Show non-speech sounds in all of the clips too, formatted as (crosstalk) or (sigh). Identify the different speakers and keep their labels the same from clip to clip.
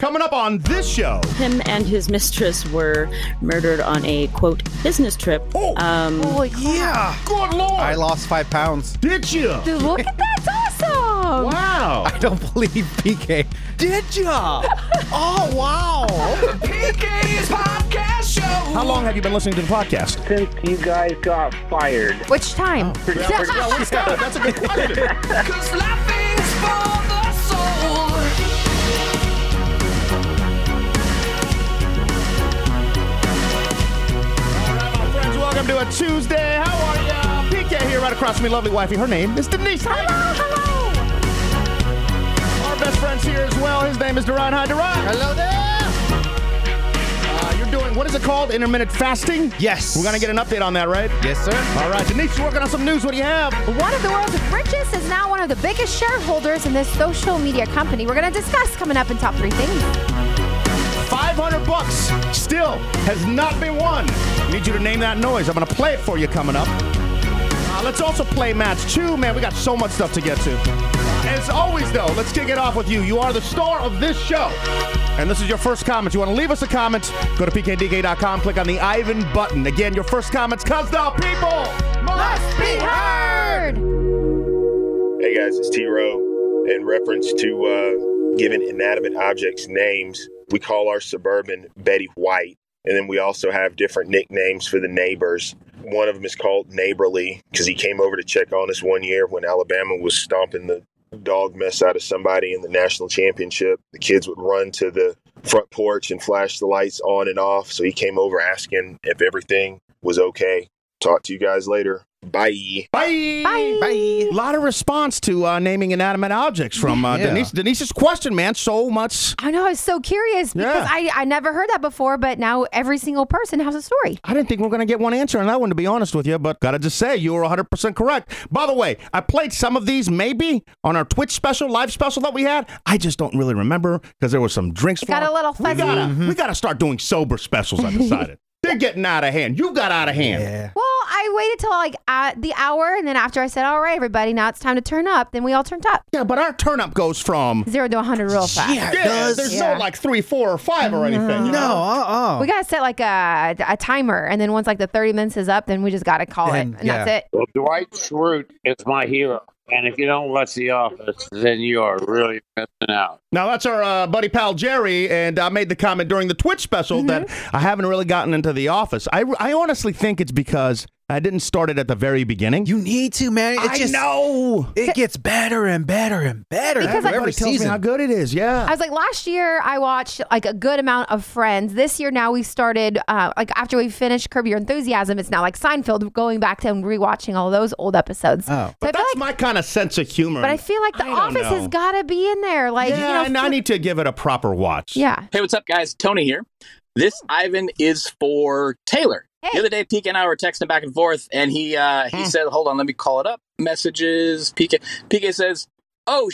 Speaker 1: Coming up on this show,
Speaker 2: Him and his mistress were murdered on a quote business trip.
Speaker 1: Oh.
Speaker 2: um,
Speaker 1: yeah, good lord,
Speaker 3: I lost five pounds.
Speaker 1: did you?
Speaker 4: Dude, look at that. That's awesome.
Speaker 1: Wow,
Speaker 3: I don't believe PK. Did ya? (laughs) oh wow!
Speaker 1: PK's podcast show. How long have you been listening to the podcast?
Speaker 5: since you guys got fired.
Speaker 4: Which time?
Speaker 3: Oh,
Speaker 1: That's a good (laughs) question. Friends, welcome to a Tuesday. How are ya? PK here, right across from me, lovely wifey. Her name is Denise. Hello, hello. Our best friend's here as well. His name is Duran. Hi, Duran.
Speaker 3: Hello there.
Speaker 1: Uh, you're doing what is it called? Intermittent fasting.
Speaker 3: Yes.
Speaker 1: We're gonna get an update on that, right?
Speaker 3: Yes, sir.
Speaker 1: All right, Denise, you're working on some news. What do you have?
Speaker 4: (laughs) One of the world's richest is now one of the biggest shareholders in this social media company. We're going to discuss coming up in top three things.
Speaker 1: 500 bucks still has not been won. Need you to name that noise. I'm going to play it for you coming up. Uh, let's also play match two. Man, we got so much stuff to get to. As always, though, let's kick it off with you. You are the star of this show. And this is your first comment. You want to leave us a comment? Go to pkdk.com, click on the Ivan button. Again, your first comments, because the people must be heard.
Speaker 6: Hey guys, it's T Row. In reference to uh, giving inanimate objects names, we call our suburban Betty White. And then we also have different nicknames for the neighbors. One of them is called Neighborly because he came over to check on us one year when Alabama was stomping the dog mess out of somebody in the national championship. The kids would run to the front porch and flash the lights on and off. So he came over asking if everything was okay. Talk to you guys later. Bye.
Speaker 1: Bye.
Speaker 4: Bye.
Speaker 1: A lot of response to uh, naming inanimate objects from uh,
Speaker 3: Yeah.
Speaker 1: Denise. Denise's question, man. So much.
Speaker 4: I know. I was so curious because
Speaker 1: Yeah.
Speaker 4: I, I never heard that before, but now every single person has a story.
Speaker 1: I didn't think we are going to get one answer on that one, to be honest with you, but gotta just say, you were 100% correct. By the way, I played some of these maybe on our Twitch special, live special that we had. I just don't really remember because there were some drinks.
Speaker 4: got
Speaker 1: flowing.
Speaker 4: a little
Speaker 1: We gotta,
Speaker 4: fuzzy.
Speaker 1: we gotta start doing sober specials, I
Speaker 4: (laughs)
Speaker 1: decided. They're getting out of hand. You got out of hand.
Speaker 3: Yeah.
Speaker 4: Well, I waited till like uh, the hour, and then after I said, "All right, everybody, now it's time to turn up," then we all turned up
Speaker 1: Yeah, but our turn up goes from.
Speaker 4: zero to a hundred real fast.
Speaker 3: Yeah, it
Speaker 1: Yeah,
Speaker 3: does.
Speaker 1: there's
Speaker 4: Yeah.
Speaker 1: no like three, four, or five or anything. you
Speaker 3: no.
Speaker 1: know?
Speaker 3: Uh. uh
Speaker 4: We gotta set like a, a timer, and then once like the thirty minutes is up, then we just gotta call
Speaker 3: Then-
Speaker 4: it, and
Speaker 3: yeah.
Speaker 4: that's it.
Speaker 5: Well, Dwight Schrute is my hero. And if you don't watch The Office, then you are really missing out.
Speaker 1: Now that's our uh, buddy pal Jerry, and I made the comment during the Twitch special that I haven't really gotten into the office. I, I honestly think it's because I didn't start it at the very beginning.
Speaker 3: You need to, man. It
Speaker 1: I
Speaker 3: just
Speaker 1: know.
Speaker 3: it gets better and better and better
Speaker 4: Because, like,
Speaker 3: every
Speaker 1: Everybody tells me
Speaker 3: season.
Speaker 1: how good it is.
Speaker 4: I
Speaker 1: Yeah.
Speaker 4: was like, last year I watched like a good amount of Friends. This year now we started uh, like after we finished Curb Your Enthusiasm, it's now like Seinfeld, going back to and rewatching all those old episodes.
Speaker 3: Oh.
Speaker 4: so I
Speaker 1: But
Speaker 4: feel
Speaker 1: that's
Speaker 4: like,
Speaker 1: my kind of sense of humor.
Speaker 4: but I feel like The
Speaker 1: I don't
Speaker 4: Office
Speaker 1: know.
Speaker 4: has gotta be in there. Like,
Speaker 1: yeah,
Speaker 4: you
Speaker 1: and
Speaker 4: know,
Speaker 1: I need to give it a proper watch.
Speaker 4: yeah.
Speaker 7: Hey, what's up, guys? Tony here. This Ivan is for Taylor.
Speaker 4: Hey.
Speaker 7: The other day, PK and I were texting back and forth, and he uh, he said, "Hold on, let me call it up." Messages. PK PK says, "Oh,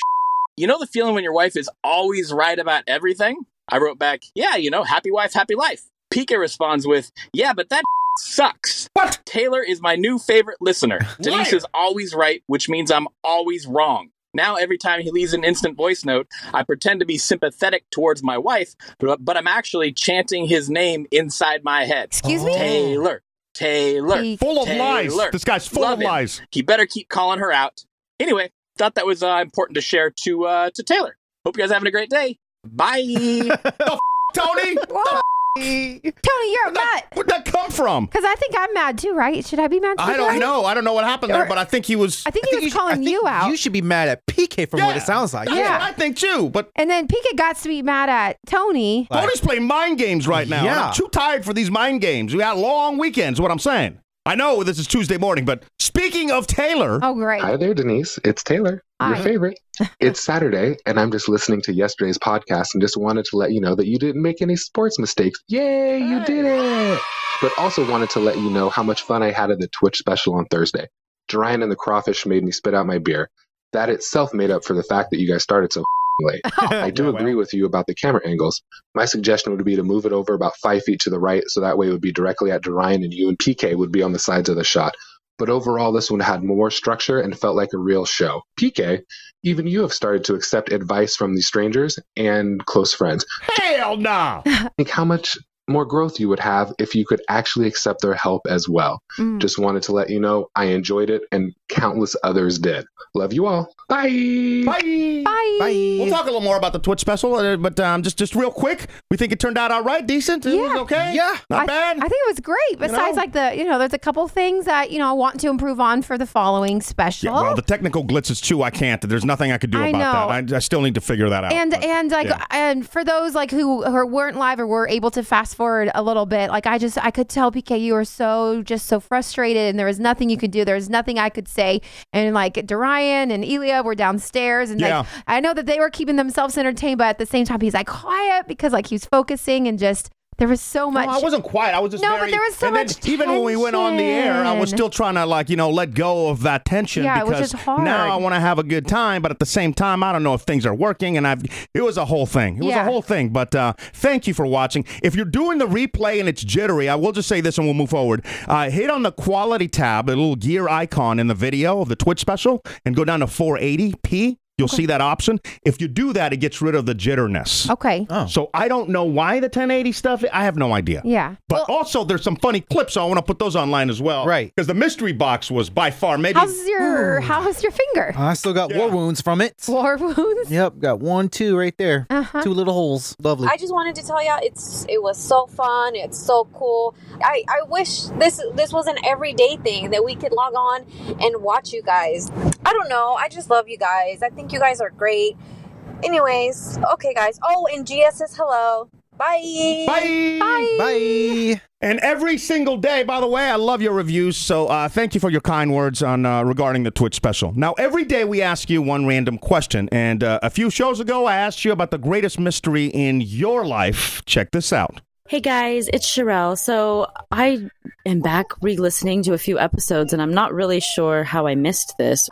Speaker 7: you know the feeling when your wife is always right about everything?" I wrote back, "Yeah, you know, happy wife, happy life." PK responds with, "Yeah, but that (laughs) sucks."
Speaker 1: What?
Speaker 7: Taylor is my new favorite listener. Denise
Speaker 1: Liar.
Speaker 7: is always right, which means I'm always wrong. Now, every time he leaves an instant voice note, I pretend to be sympathetic towards my wife, but, but I'm actually chanting his name inside my head.
Speaker 4: Excuse me?
Speaker 7: Taylor. Taylor.
Speaker 4: He-
Speaker 1: Full of
Speaker 7: Taylor.
Speaker 1: lies. This guy's full
Speaker 7: Love
Speaker 1: of
Speaker 7: him.
Speaker 1: lies.
Speaker 7: He better keep calling her out. Anyway, thought that was uh, important to share to uh, to Taylor. Hope you guys are having a great day. Bye.
Speaker 1: Tony,
Speaker 4: (laughs) Whoa, Tony, you're a nut.
Speaker 1: where'd that come from?
Speaker 4: Because I think I'm mad too, right? Should I be mad? Too
Speaker 1: I don't know. I don't know what happened there,
Speaker 4: Or-
Speaker 1: but I think he was.
Speaker 4: I think
Speaker 3: I
Speaker 4: he
Speaker 3: think
Speaker 4: was
Speaker 3: you should- I
Speaker 4: calling
Speaker 3: think
Speaker 4: you out.
Speaker 3: You should be mad at PK from what
Speaker 1: Yeah.
Speaker 3: it sounds like.
Speaker 1: That's
Speaker 4: Yeah.
Speaker 1: what I think too. But
Speaker 4: and then Pika got to be mad at Tony.
Speaker 3: Like-
Speaker 1: Tony's playing mind games right now. and
Speaker 3: Yeah.
Speaker 1: I'm too tired for these mind games. We got long weekends, what I'm saying. I know this is Tuesday morning, but speaking of Taylor,
Speaker 4: Oh, great.
Speaker 8: Hi there, Denise. It's Taylor, your
Speaker 4: Hi.
Speaker 8: favorite. It's Saturday, and I'm just listening to yesterday's podcast and just wanted to let you know that you didn't make any sports mistakes. Yay, you did it! But also wanted to let you know how much fun I had at the Twitch special on Thursday. Dorian and the crawfish made me spit out my beer. That itself made up for the fact that you guys started so late. (laughs) I do agree with you about the camera angles. My suggestion would be to move it over about five feet to the right, so that way it would be directly at Dorian and you and PK would be on the sides of the shot. But overall, this one had more structure and felt like a real show. PK, even you have started to accept advice from these strangers and close friends.
Speaker 4: (laughs)
Speaker 1: Hell nah.
Speaker 8: Think how much more growth you would have if you could actually accept their help as well.
Speaker 4: Mm.
Speaker 8: Just wanted to let you know I enjoyed it and countless others did. Love you all. Bye.
Speaker 1: Bye.
Speaker 4: Bye.
Speaker 1: We'll
Speaker 3: Bye.
Speaker 1: talk a little more about the Twitch special, uh, but um, just just real quick, we think it turned out all right, decent. It was
Speaker 4: Yeah.
Speaker 1: okay.
Speaker 3: Yeah.
Speaker 1: Not
Speaker 4: I,
Speaker 1: bad.
Speaker 4: I think it was great. Besides,
Speaker 1: know?
Speaker 4: like the you know, there's a couple things that you know I want to improve on for the following special.
Speaker 1: yeah, well, the technical glitches too. I can't. There's nothing I could do
Speaker 4: I
Speaker 1: about
Speaker 4: know.
Speaker 1: that. I, I still need to figure that out.
Speaker 4: and
Speaker 1: but-
Speaker 4: and like
Speaker 1: yeah.
Speaker 4: and for those like who who weren't live or were able to fast forward a little bit, like I just I could tell PK you were so just so frustrated, and there was nothing you could do. There was nothing I could say, and like Dorian and Elia were downstairs, and
Speaker 1: Yeah.
Speaker 4: like I know that they were keeping themselves entertained, but at the same time he's like quiet because like he's focusing and just there was so much.
Speaker 1: No, I wasn't quiet. I was just
Speaker 4: No, but
Speaker 1: very-
Speaker 4: there was so
Speaker 1: and then
Speaker 4: much
Speaker 1: Even when we went on the air, I was
Speaker 4: tension.
Speaker 1: still trying to like you know let go of that tension
Speaker 4: Yeah, it was
Speaker 1: because
Speaker 4: just hard.
Speaker 1: now I want to have a good time, but at the same time I don't know if things are working, and I've it was a whole thing. It was a
Speaker 4: Yeah.
Speaker 1: whole thing. But uh, thank you for watching. If you're doing the replay and it's jittery, I will just say this, and we'll move forward. Uh, hit on the quality tab, the little gear icon in the video of the Twitch special, and go down to 480p. You'll see that option. If you do that, it gets rid of the jitterness.
Speaker 4: okay.
Speaker 3: Oh.
Speaker 1: So I don't know why the 1080 stuff. I have no idea.
Speaker 4: Yeah.
Speaker 1: But also, there's some funny clips. So I want to put those online as well.
Speaker 3: Right.
Speaker 1: Because the mystery box was by far maybe.
Speaker 4: How's your
Speaker 1: Hmm.
Speaker 4: how's your finger?
Speaker 3: I still got
Speaker 1: Yeah.
Speaker 3: war wounds from it.
Speaker 4: War (laughs) wounds.
Speaker 3: Yep, got one, two right there.
Speaker 4: Uh-huh.
Speaker 3: Two little holes. Lovely.
Speaker 9: I just wanted to tell y'all it's it was so fun. It's so cool. I, I wish this this was an everyday thing that we could log on and watch you guys. I don't know. I just love you guys. I think you guys are great. Anyways, okay guys. Oh, and GS says hello. Bye.
Speaker 1: Bye.
Speaker 3: Bye. (laughs)
Speaker 1: And every single day, by the way, I love your reviews. So uh, thank you for your kind words on uh, regarding the Twitch special. Now, every day we ask you one random question. And uh, a few shows ago, I asked you about the greatest mystery in your life. Check this out.
Speaker 2: Hey guys, it's Sherelle. So I am back re listening to a few episodes, and I'm not really sure how I missed this,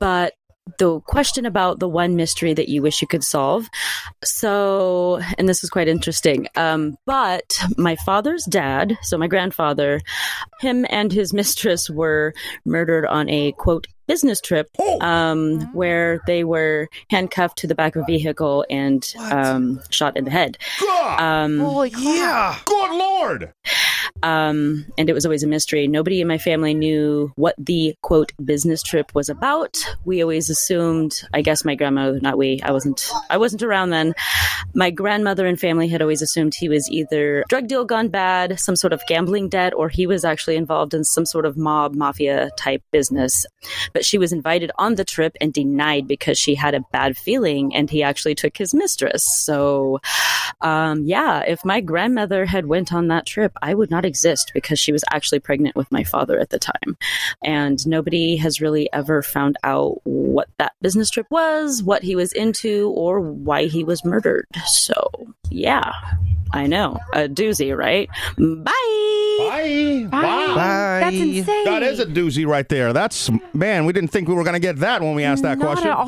Speaker 2: but the question about the one mystery that you wish you could solve. So, and this is quite interesting. Um, but my father's dad, so my grandfather, him and his mistress were murdered on a quote business trip um, where they were handcuffed to the back of a vehicle and um, shot in the head.
Speaker 4: Uh,
Speaker 1: God,
Speaker 2: Um,
Speaker 4: Holy crap.
Speaker 1: good Lord.
Speaker 2: um, and it was always a mystery. Nobody in my family knew what the quote business trip was about. We always assumed, I guess my grandmother, not we, I wasn't, I wasn't around then. My grandmother and family had always assumed he was either drug deal gone bad, some sort of gambling debt, or he was actually involved in some sort of mob mafia type business. But she was invited on the trip and denied because she had a bad feeling, and he actually took his mistress. So um, yeah, if my grandmother had went on that trip, I would not exist because she was actually pregnant with my father at the time, and nobody has really ever found out what that business trip was, what he was into, or why he was murdered. So yeah, I know a doozy, right? Bye.
Speaker 1: Bye.
Speaker 4: Bye.
Speaker 1: Wow.
Speaker 4: That's
Speaker 3: Bye.
Speaker 4: insane.
Speaker 1: That is a doozy right there. That's man, we didn't think we were gonna get that when we asked that
Speaker 4: Not
Speaker 1: question.
Speaker 4: at all.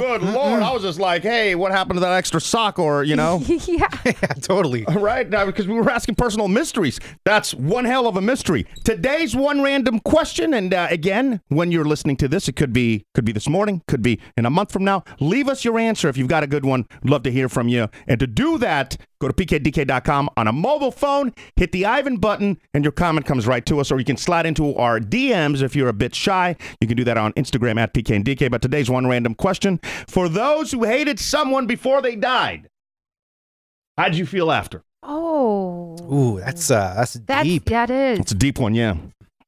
Speaker 3: No.
Speaker 1: Oh, Good lord, I was just like, hey, what happened to that extra sock? Or you know,
Speaker 4: (laughs) yeah.
Speaker 3: yeah, totally.
Speaker 1: (laughs) right? Now because we were asking personal mysteries. That's one hell of a mystery. Today's one random question, and uh, again, when you're listening to this, it could be could be this morning, could be in a month from now. Leave us your answer if you've got a good one. We'd Love to hear from you. And to do that, go to pkdk.com on a mobile phone, hit the Ivan button, and your comment comes right to us. Or you can slide into our DMs if you're a bit shy. You can do that on Instagram at pkndk. But today's one random question for those who hated someone before they died. How'd you feel after?
Speaker 4: Oh.
Speaker 3: Ooh, that's uh, that's,
Speaker 4: That's
Speaker 3: deep.
Speaker 4: that is.
Speaker 1: It's a deep one, yeah.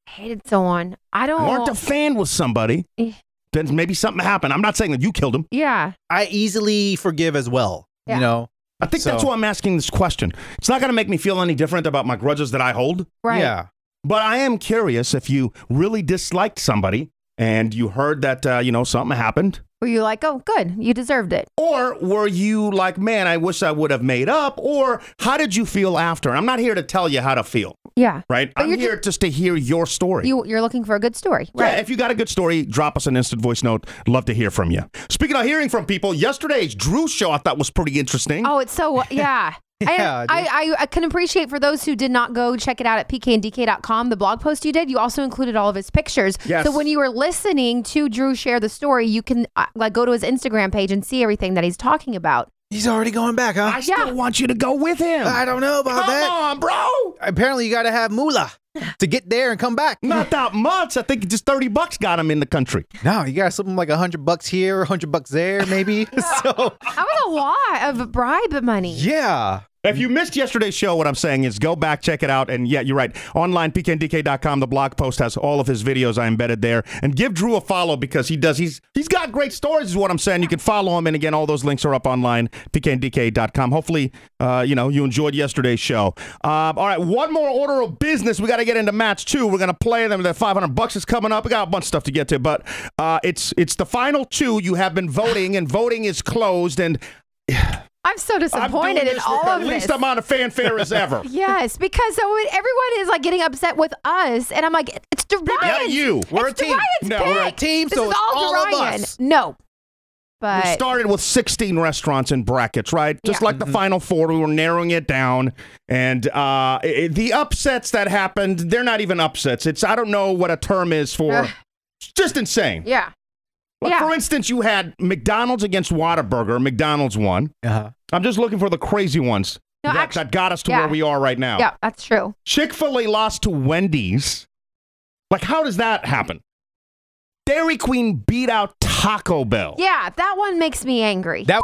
Speaker 4: hated someone. I don't.
Speaker 1: Weren't a fan with somebody.
Speaker 4: Oh. Eh.
Speaker 1: Then maybe something happened. I'm not saying that you killed him.
Speaker 4: yeah.
Speaker 3: I easily forgive as well.
Speaker 4: Yeah.
Speaker 3: You know.
Speaker 1: I think that's
Speaker 3: So-
Speaker 1: why I'm asking this question. It's not going to make me feel any different about my grudges that I hold,
Speaker 4: Right.
Speaker 3: Yeah.
Speaker 1: but I am curious if you really disliked somebody and you heard that, uh, you know, something happened.
Speaker 4: Were you like, oh, good, you deserved it?
Speaker 1: Or were you like, man, I wish I would have made up? Or how did you feel after? I'm not here to tell you how to feel,
Speaker 4: Yeah.
Speaker 1: right?
Speaker 4: But
Speaker 1: I'm
Speaker 4: you're
Speaker 1: here just to hear your story.
Speaker 4: You you're looking for a good story, (laughs)
Speaker 1: Yeah,
Speaker 4: right?
Speaker 1: if you got a good story, drop us an instant voice note. Love to hear from you. Speaking of hearing from people, yesterday's Drew show I thought was pretty interesting. (laughs)
Speaker 4: Oh, it's so yeah.
Speaker 3: Yeah,
Speaker 4: I, I, I can appreciate for those who did not go check it out at pkndk.com, the blog post you did. You also included all of his pictures.
Speaker 1: Yes.
Speaker 4: So when you were listening to Drew share the story, you can uh, like go to his Instagram page and see everything that he's talking about.
Speaker 3: He's already going back, huh?
Speaker 1: I still want you to go with him.
Speaker 3: I don't know about
Speaker 1: Come
Speaker 3: that.
Speaker 1: on, bro.
Speaker 3: Apparently, you got to have moolah to get there and come back.
Speaker 1: Not that much. I think just 30 bucks got him in the country.
Speaker 3: No, you got something like a hundred bucks here, a hundred bucks there, maybe. (laughs) so
Speaker 4: That was a lot of bribe money.
Speaker 3: yeah,
Speaker 1: If you missed yesterday's show, what I'm saying is go back, check it out. And yeah, you're right. Online, pkndk.com. The blog post has all of his videos I embedded there. And give Drew a follow because he does. He's He's got great stories, is what I'm saying. You can follow him. And again, all those links are up online, pkndk.com. Hopefully, uh, you know, you enjoyed yesterday's show. Um, all right, one more order of business. We got to get into match two. We're going to play them. That 500 bucks is coming up. We got a bunch of stuff to get to. But uh, it's, it's the final two. You have been voting, and voting is closed. And
Speaker 4: I'm so
Speaker 1: I'm doing
Speaker 4: disappointed in
Speaker 1: this with
Speaker 4: all
Speaker 1: the
Speaker 4: of this.
Speaker 1: least amount of fanfare
Speaker 4: (laughs)
Speaker 1: as ever.
Speaker 4: Yes, because so when everyone is like getting upset with us, and I'm like, it's Dorian's.
Speaker 1: Not you.
Speaker 3: We're
Speaker 4: it's
Speaker 3: a team.
Speaker 4: Dorian's
Speaker 3: No, we're a
Speaker 4: pick.
Speaker 3: team,
Speaker 4: This
Speaker 3: so
Speaker 4: is
Speaker 3: it's
Speaker 4: all,
Speaker 3: all of
Speaker 4: Dorian.
Speaker 3: us.
Speaker 4: No, but Mm-hmm.
Speaker 1: We started with 16 restaurants in brackets, right? Just like the final four, we were narrowing it down. And uh, i- i- the upsets that happened, they're not even upsets. It's, I don't know what a term is for.
Speaker 4: Ugh.
Speaker 1: It's just insane.
Speaker 4: yeah,
Speaker 1: Like,
Speaker 4: yeah.
Speaker 1: for instance, you had McDonald's against Whataburger. McDonald's won.
Speaker 3: uh-huh.
Speaker 1: I'm just looking for the crazy ones
Speaker 4: No,
Speaker 1: that,
Speaker 4: actu-
Speaker 1: that got us to
Speaker 4: yeah.
Speaker 1: where we are right now.
Speaker 4: yeah, that's true.
Speaker 1: Chick fil A lost to Wendy's. Like, how does that happen? Dairy Queen beat out Taco Bell.
Speaker 4: Yeah, that one makes me angry.
Speaker 3: That-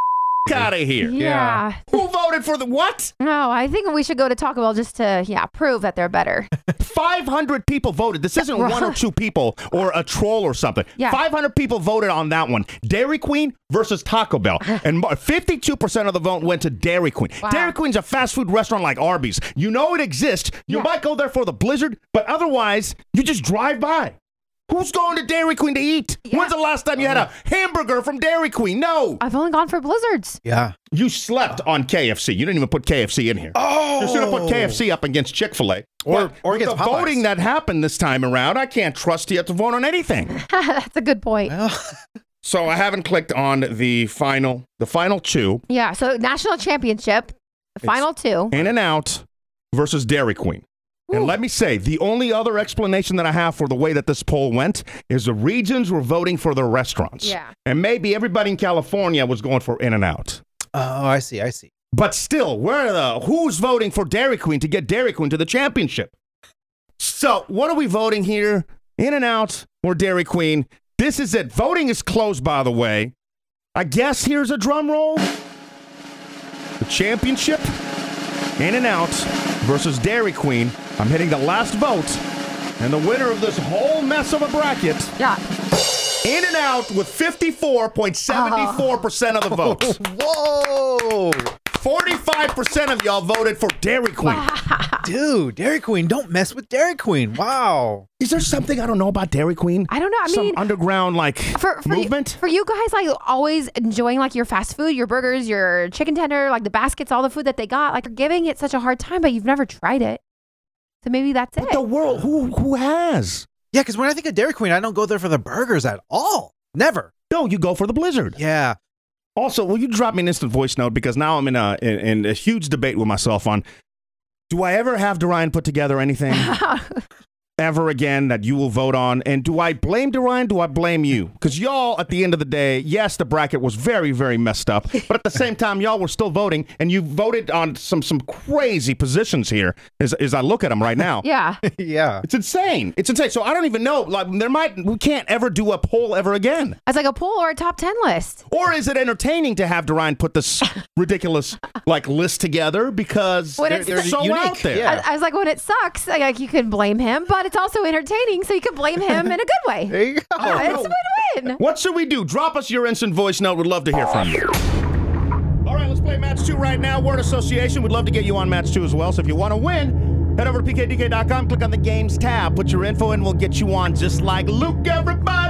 Speaker 1: out of here.
Speaker 4: yeah.
Speaker 1: Who voted for the what?
Speaker 4: No, I think we should go to Taco Bell just to yeah prove that they're better.
Speaker 3: (laughs)
Speaker 1: 500 people voted. This isn't
Speaker 4: (laughs)
Speaker 1: one or two people or a troll or something.
Speaker 4: Yeah.
Speaker 1: 500 people voted on that one. Dairy Queen versus
Speaker 4: (laughs)
Speaker 1: Taco Bell. And mo- 52% of the vote went to Dairy Queen.
Speaker 4: Wow.
Speaker 1: Dairy Queen's a fast food restaurant like Arby's. You know it exists. You
Speaker 4: Yeah.
Speaker 1: might go there for the blizzard, but otherwise, you just drive by. Who's going to Dairy Queen to eat?
Speaker 4: Yeah. Uh,
Speaker 1: When's the last time you had a hamburger from Dairy Queen? No.
Speaker 4: I've only gone for
Speaker 3: (laughs)
Speaker 4: blizzards.
Speaker 3: yeah.
Speaker 1: You slept on KFC. You didn't even put KFC in here.
Speaker 3: Oh,
Speaker 1: You should have put KFC up against Chick Fil A,
Speaker 3: Or- or
Speaker 1: the
Speaker 3: against Popeyes.
Speaker 1: voting that happened this time around. I can't trust you have to vote on anything.
Speaker 4: that's a good point.
Speaker 3: Well, (laughs)
Speaker 1: So I haven't clicked on the final, the final two,
Speaker 4: Yeah, so national championship, final two.
Speaker 1: In and Out versus Dairy Queen. And let me say, the only other explanation that I have for the way that this poll went is the regions were voting for their restaurants.
Speaker 4: Yeah.
Speaker 1: And maybe everybody in California was going for In and Out.
Speaker 3: oh, I see, I see.
Speaker 1: But still, where the who's voting for Dairy Queen to get Dairy Queen to the championship? So, what are we voting here? In and out or Dairy Queen? This is it. Voting is closed, by the way. I guess here's a drum roll. The championship, In and Out versus Dairy Queen. I'm hitting the last vote, and the winner of this whole mess of a bracket,
Speaker 4: Yeah,
Speaker 1: In and Out, with 54.74% of the votes.
Speaker 3: Whoa,
Speaker 1: 45% of y'all voted for Dairy Queen.
Speaker 3: dude, Dairy Queen, don't mess with Dairy Queen. Wow.
Speaker 1: Is there something I don't know about Dairy Queen?
Speaker 4: I don't know. I
Speaker 1: Some
Speaker 4: mean,
Speaker 1: underground like
Speaker 4: for, for
Speaker 1: movement?
Speaker 4: You, for you guys, like always enjoying like your fast food, your burgers, your chicken tender, like the baskets, all the food that they got. Like you're giving it such a hard time, but you've never tried it. So maybe that's it.
Speaker 1: the world who who has?
Speaker 3: Yeah, because when I think of Dairy Queen, I don't go there for the burgers at all. Never.
Speaker 1: No, you go for the blizzard.
Speaker 3: Yeah.
Speaker 1: Also, will you drop me an instant voice note because now I'm in a in, in a huge debate with myself on do I ever have Dorian put
Speaker 4: (laughs)
Speaker 1: together anything ever again that you will vote on? And do I blame Dorian? Do I blame you? Because y'all, at the end of the day, yes, the bracket was very, very messed up. But at the same time, y'all were still voting, and you voted on some some crazy positions here. As as I look at them right now,
Speaker 4: (laughs) yeah,
Speaker 3: yeah.
Speaker 1: it's insane. It's insane. So I don't even know. Like there might we can't ever do a poll ever again.
Speaker 4: as like a poll or a top ten list.
Speaker 1: Or is it entertaining to have Dorian put this ridiculous like list together because
Speaker 4: When
Speaker 1: they're,
Speaker 4: it's-
Speaker 1: they're so
Speaker 3: Unique,
Speaker 1: out there?
Speaker 3: yeah.
Speaker 4: I, I was like, when it sucks, like, like you can blame him, but it's also entertaining, so you can blame him in a good
Speaker 1: (laughs)
Speaker 4: way.
Speaker 3: There you go.
Speaker 1: I
Speaker 4: Yeah,
Speaker 1: don't
Speaker 4: it's
Speaker 1: know.
Speaker 4: a win-win.
Speaker 1: What should we do? Drop us your instant voice note. We'd love to hear from you. All right, let's play match two right now. Word Association. We'd love to get you on match two as well. So if you want to win, head over to pkdk.com, click on the games tab, put your info in, we'll get you on just like Luke, everybody.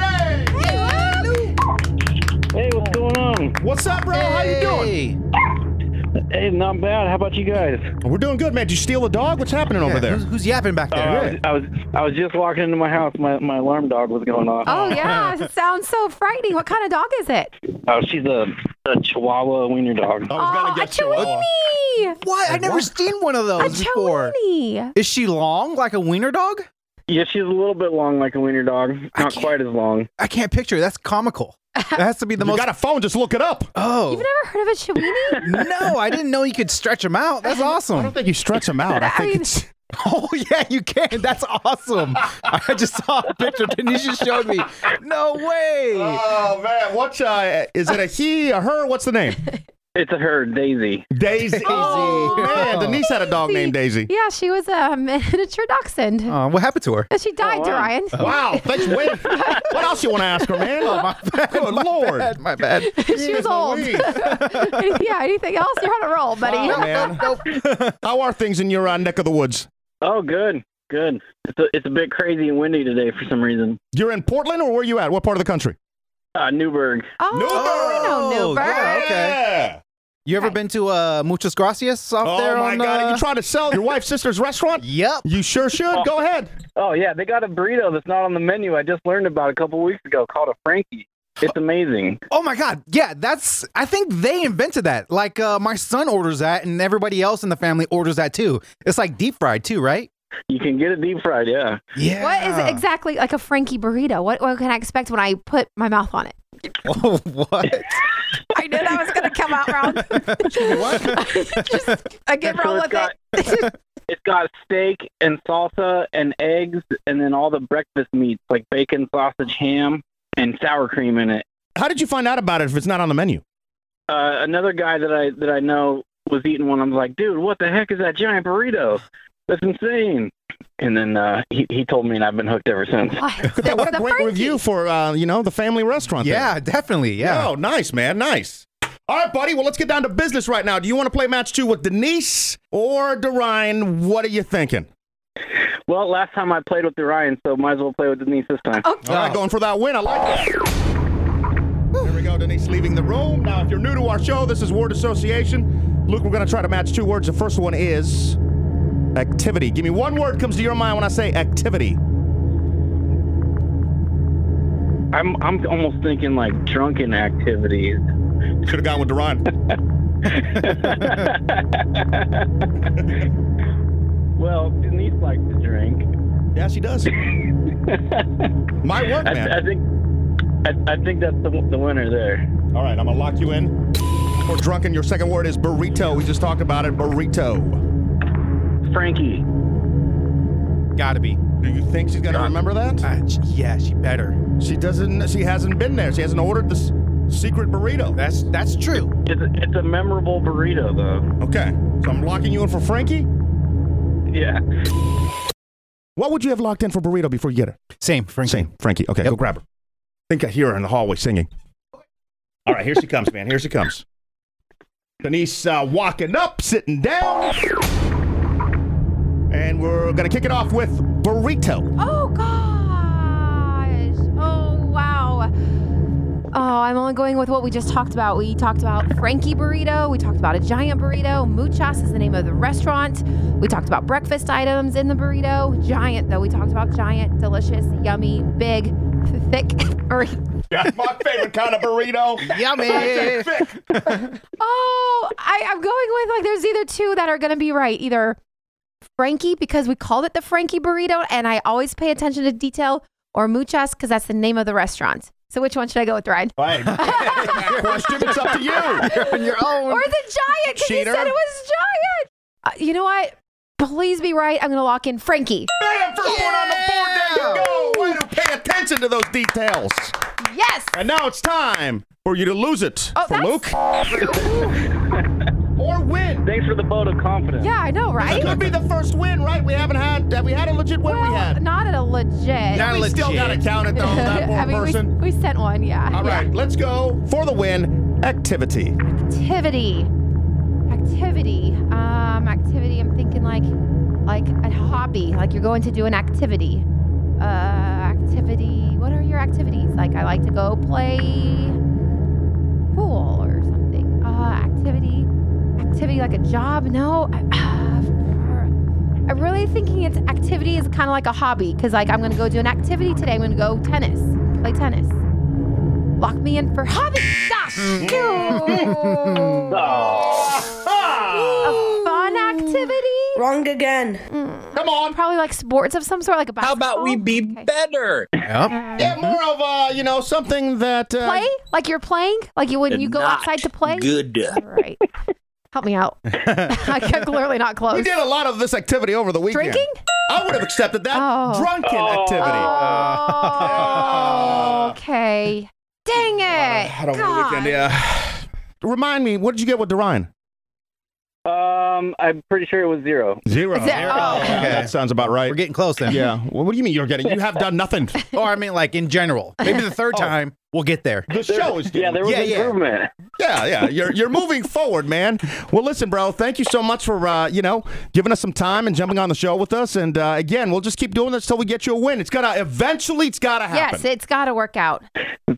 Speaker 5: Hey, what's going on?
Speaker 1: What's up, bro? How you doing?
Speaker 3: Hey.
Speaker 5: Hey, not bad. How about you guys?
Speaker 1: We're doing good, man. Did you steal a dog? What's happening
Speaker 3: Yeah,
Speaker 1: over there?
Speaker 3: Who's, who's yapping back there?
Speaker 5: I, was, I was I was just walking into my house. My my alarm dog was going off.
Speaker 4: Oh yeah, it sounds so frightening. What kind of dog is it?
Speaker 5: Oh, she's a, a Chihuahua wiener dog.
Speaker 1: I was gonna
Speaker 4: Aw,
Speaker 1: get you.
Speaker 4: Chiweenie.
Speaker 3: What? I, I've never seen one of
Speaker 4: A
Speaker 3: those before.
Speaker 4: chowini.
Speaker 3: Is she long like a wiener dog?
Speaker 10: Yeah, she's a little bit long like a wiener dog.
Speaker 3: I
Speaker 10: Not
Speaker 3: can't-
Speaker 10: quite as long.
Speaker 3: I can't picture. it. That's comical.
Speaker 1: (laughs)
Speaker 3: That has to be the
Speaker 1: you
Speaker 3: most.
Speaker 1: got a phone, just look it up.
Speaker 3: oh
Speaker 4: You've never heard of a
Speaker 1: (laughs)
Speaker 4: chowini?
Speaker 3: no! I didn't know you could stretch them out. That's
Speaker 1: I don't (laughs)
Speaker 3: awesome. (laughs)
Speaker 1: think you stretch them out. I
Speaker 4: I
Speaker 1: think
Speaker 4: mean-
Speaker 1: it's.
Speaker 3: Oh yeah, you can. That's awesome. I just saw a picture. Tanisha showed me. No way.
Speaker 1: Oh man, what uh, is it? A he, a her? What's the name?
Speaker 10: It's a her, Daisy.
Speaker 1: Daisy. Oh, man, Denise had a dog
Speaker 3: (laughs)
Speaker 1: named Daisy.
Speaker 4: yeah, she was um, a (laughs) miniature dachshund.
Speaker 3: Uh, what happened to her?
Speaker 4: she died, Ryan.
Speaker 1: Oh. Wow, thanks. (laughs) Wait, what else you want to ask her, man? (laughs) Good lord.
Speaker 3: Oh, Bad, my bad.
Speaker 4: (laughs) she was old. (laughs)
Speaker 1: Louise.
Speaker 4: yeah, anything else? You're on a roll, buddy.
Speaker 1: Wow, man. (laughs) How are things in your uh, neck of the woods?
Speaker 10: Oh, good, good. It's a, it's a bit crazy and windy today for some reason.
Speaker 1: You're in Portland, or where you at? What part of the country?
Speaker 10: Uh, Newburgh.
Speaker 4: Oh,
Speaker 3: Newburgh.
Speaker 4: I know Newburgh.
Speaker 3: Yeah. Okay.
Speaker 1: Yeah.
Speaker 3: (laughs) You ever
Speaker 4: Okay.
Speaker 3: been to uh, Muchas Gracias off
Speaker 1: Oh
Speaker 3: there?
Speaker 1: my
Speaker 3: on,
Speaker 1: God!
Speaker 3: Uh,
Speaker 1: Are you trying to sell your wife's sister's
Speaker 3: (laughs)
Speaker 1: restaurant?
Speaker 3: yep.
Speaker 1: You sure should. Go ahead.
Speaker 10: Oh yeah, they got a burrito that's not on the menu. I just learned about a couple weeks ago called a Frankie. It's amazing.
Speaker 3: Oh my God. Yeah, that's. I think they invented that. Like uh, my son orders that, and everybody else in the family orders that too. It's like deep fried too, right?
Speaker 10: You can get it deep fried. Yeah.
Speaker 3: Yeah.
Speaker 4: What is it exactly like a Frankie burrito? What, what can I expect when I put my mouth on it?
Speaker 3: (laughs) Oh, what?
Speaker 4: I knew that was going to come out wrong. Just a good
Speaker 10: So it's got it's got steak and salsa and eggs, and then all the breakfast meats like bacon, sausage, ham, and sour cream in it.
Speaker 1: How did you find out about it if it's not on the menu?
Speaker 10: uh, another guy that I that I know was eating one. I'm like, dude, what the heck is that giant burrito? That's insane. And then uh, he he told me, and I've been hooked ever since.
Speaker 1: (laughs)
Speaker 4: What,
Speaker 1: Yeah, what a great review for uh, you know the family restaurant.
Speaker 3: (laughs)
Speaker 1: there.
Speaker 3: yeah, definitely. Yeah.
Speaker 1: Oh, nice, man. Nice. All right, buddy. Well, let's get down to business right now. Do you want to play match two with Denise or Derine? What are you thinking?
Speaker 10: Well, last time I played with Ryan, so might as well play with Denise this time.
Speaker 1: All
Speaker 3: Oh.
Speaker 1: right, going for that win. I like that. There we go. Denise leaving the room. Now, if you're new to our show, this is Word Association. Luke, we're going to try to match two words. The first one is activity. Give me one word comes to your mind when I say activity.
Speaker 10: I'm I'm almost thinking like drunken activities. (laughs)
Speaker 1: Should have gone with Derine.
Speaker 10: well, Denise likes to drink. (laughs)
Speaker 1: Yeah, she does. My work,
Speaker 10: I,
Speaker 1: man.
Speaker 10: I think I, I think that's the the winner there.
Speaker 1: All right, I'm gonna lock you in. Or drunken. Your second word is burrito. We just talked about it. Burrito.
Speaker 10: Frankie.
Speaker 3: Gotta be.
Speaker 1: Do you think she's gonna remember that?
Speaker 3: Uh, sh- yeah, she better.
Speaker 1: She doesn't. She hasn't been there. She hasn't ordered this secret burrito.
Speaker 3: That's that's true.
Speaker 10: It's a, it's a memorable burrito though.
Speaker 1: Okay. So I'm locking you in for Frankie.
Speaker 10: Yeah.
Speaker 1: What would you have locked in for burrito before you get her?
Speaker 3: Same, Frank.
Speaker 1: Same. Frankie. Okay, go grab her. I think I hear her in the hallway singing. All right, here she comes, man. Here she comes. Denise uh, walking up, sitting down. And we're going to kick it off with burrito.
Speaker 4: Oh gosh! Oh wow! Oh, I'm only going with what we just talked about. We talked about Frankie burrito. We talked about a giant burrito. Muchas is the name of the restaurant. We talked about breakfast items in the burrito. Giant though. We talked about giant, delicious, yummy, big, thick. (laughs) burrito.
Speaker 1: That's my favorite kind of burrito.
Speaker 3: Yummy.
Speaker 4: oh, I, I'm going with like there's either two that are gonna be right. Either Frankie because we called it the Frankie burrito, and I always pay attention to detail, or Muchas because that's the name of the restaurant. So which one should I go with, Ryan?
Speaker 1: (laughs) Right. Question, it's up to you.
Speaker 3: On your own.
Speaker 4: Or the giant, because he
Speaker 1: Cheater.
Speaker 4: said it was giant. Uh, you know what? Please be right. I'm going to lock in Frankie.
Speaker 1: Bam, first one on the board. There you go. Way to pay attention to those details.
Speaker 4: Yes.
Speaker 1: And now it's time for you to lose it
Speaker 4: Oh,
Speaker 1: for (laughs) Luke or win.
Speaker 10: Thanks for the vote of confidence.
Speaker 4: Yeah, I know,
Speaker 1: It
Speaker 4: right?
Speaker 1: could be the first win, right? We haven't had have we had a legit win
Speaker 4: well,
Speaker 1: we had.
Speaker 4: not at a legit.
Speaker 3: Not
Speaker 1: we still
Speaker 3: legit.
Speaker 1: gotta count it
Speaker 4: (laughs)
Speaker 1: though, (laughs) that poor
Speaker 4: I mean, we,
Speaker 1: person.
Speaker 4: we sent one, yeah.
Speaker 1: All right, let's go for the win. Activity.
Speaker 4: Activity. Activity. Um, activity. I'm thinking like, like a hobby. Like you're going to do an activity. Uh, activity. What are your activities? Like I like to go play pool or something. Uh, activity. Activity like a job. No. (clears throat) I, I'm really thinking it's activity is kind of like a hobby because like I'm gonna go do an activity today. I'm gonna go tennis. Play tennis. Lock me in for hobby. Gosh. no.
Speaker 10: Oh.
Speaker 4: A
Speaker 1: (gasps)
Speaker 4: fun
Speaker 11: Wrong again.
Speaker 1: Come on.
Speaker 4: Probably like sports of some sort, like a
Speaker 7: How
Speaker 4: basketball.
Speaker 7: about we be better?
Speaker 1: Yeah, more of uh, you know, something that uh,
Speaker 4: play? Like you're playing? Like you when you go
Speaker 1: Not
Speaker 4: outside to play?
Speaker 1: good.
Speaker 4: Right. Help me
Speaker 1: (laughs)
Speaker 4: out. (laughs) I am clearly not close.
Speaker 1: We did a lot of this activity over the weekend.
Speaker 4: Drinking?
Speaker 1: I would have accepted that.
Speaker 10: Oh.
Speaker 1: Drunken activity.
Speaker 4: Oh,
Speaker 1: (laughs)
Speaker 4: Okay. Dang it.
Speaker 1: I don't want the weekend. Yeah. Remind me, what did you get with Derine?
Speaker 10: Um, I'm pretty sure it was zero.
Speaker 1: Zero.
Speaker 10: Ze- oh.
Speaker 1: Yeah, that sounds about right. We're
Speaker 3: getting close then.
Speaker 1: Yeah. Well, what do you mean you're getting? You have done (laughs) nothing. Oh.
Speaker 3: or I mean, like in general. Maybe the third time we'll get there. (laughs)
Speaker 1: The show is
Speaker 10: Yeah, there was
Speaker 1: Yeah, yeah.
Speaker 10: improvement.
Speaker 1: Yeah, yeah. You're you're moving forward, man. Well, listen, bro. Thank you so much for uh, you know giving us some time and jumping on the show with us. And uh, again, we'll just keep doing this till we get you a win. It's gotta eventually. It's gotta happen.
Speaker 4: Yes, it's got to work out.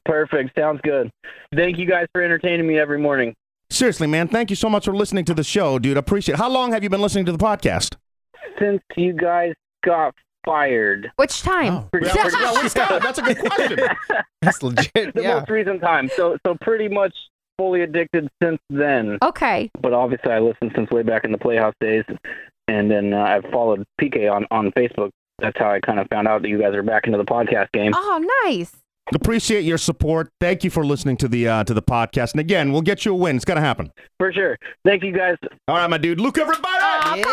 Speaker 10: Perfect. Sounds good. Thank you guys for entertaining me every morning.
Speaker 1: Seriously, man. Thank you so much for listening to the show, dude. Appreciate. it. How long have you been listening to the podcast?
Speaker 10: Since you guys got fired.
Speaker 4: Which time?
Speaker 1: Yeah, yeah, what's that? That's a good question.
Speaker 3: That's
Speaker 1: (laughs)
Speaker 3: legit.
Speaker 10: the most recent time. So so pretty much fully addicted since then.
Speaker 1: Oh.
Speaker 4: Okay.
Speaker 10: But obviously, I listened since way back in the Playhouse days, and then uh, I've followed PK on on Facebook. That's how I kind of found out that you guys are back into the podcast game.
Speaker 4: Oh, nice.
Speaker 1: Appreciate your support. Thank you for listening to the uh, to the podcast. And again, we'll get you a win. It's gonna happen.
Speaker 10: For sure. Thank you guys.
Speaker 1: All right, my dude. Luke, everybody.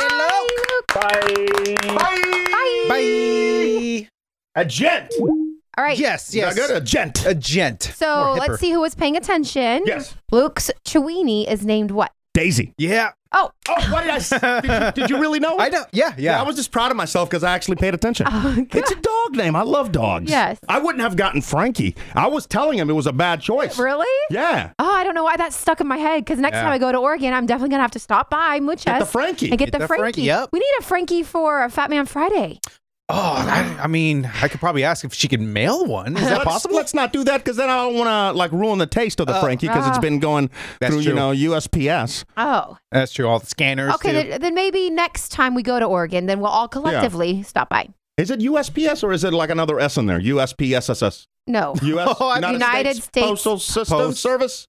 Speaker 10: Bye.
Speaker 1: Bye. Bye. A gent.
Speaker 4: All right.
Speaker 3: Yes,
Speaker 1: Is that
Speaker 3: yes.
Speaker 1: good? A gent.
Speaker 3: A gent.
Speaker 4: So
Speaker 3: More hipper.
Speaker 4: let's see who was paying attention.
Speaker 1: Yes.
Speaker 4: Luke's Chewini is named what?
Speaker 1: Daisy.
Speaker 3: Yeah.
Speaker 4: Oh. (laughs)
Speaker 1: Oh, what did I? s- Did you, did you
Speaker 3: (laughs)
Speaker 1: really know? I
Speaker 3: know. Yeah, yeah.
Speaker 1: I was just proud of myself because I actually paid attention. it's a dog name. I love dogs.
Speaker 4: Oh, Yes.
Speaker 1: I wouldn't have gotten Frankie. I was telling him it was a bad
Speaker 4: (laughs)
Speaker 1: choice.
Speaker 4: Really?
Speaker 1: Yeah.
Speaker 4: Oh, I don't know why that's stuck in my head because next
Speaker 1: Yeah.
Speaker 4: time I go to Oregon, I'm definitely going to have to stop by Muchas.
Speaker 1: the Frankie.
Speaker 4: And get,
Speaker 3: Get
Speaker 4: the,
Speaker 3: the
Speaker 4: Frankie.
Speaker 3: Frankie, yep.
Speaker 4: We need a Frankie for a Fat Man Friday.
Speaker 3: Oh, I, I mean, I could probably ask if she could mail one. Is that
Speaker 1: Let's-
Speaker 3: possible?
Speaker 1: Let's not do that because then I don't want to like ruin the taste of the
Speaker 3: Oh.
Speaker 1: Frankie because it's
Speaker 4: Ah.
Speaker 1: been going
Speaker 3: That's
Speaker 1: through you
Speaker 3: true.
Speaker 1: know USPS.
Speaker 4: Oh.
Speaker 3: That's true. All the scanners.
Speaker 4: Okay, then, then maybe next time we go to Oregon, then we'll all collectively stop by.
Speaker 1: Is it USPS or is it like another S in there? USPSSS.
Speaker 4: No.
Speaker 1: (laughs) U.S. Oh, United,
Speaker 4: United
Speaker 1: States,
Speaker 4: States.
Speaker 1: Postal System
Speaker 3: Post-
Speaker 1: Service.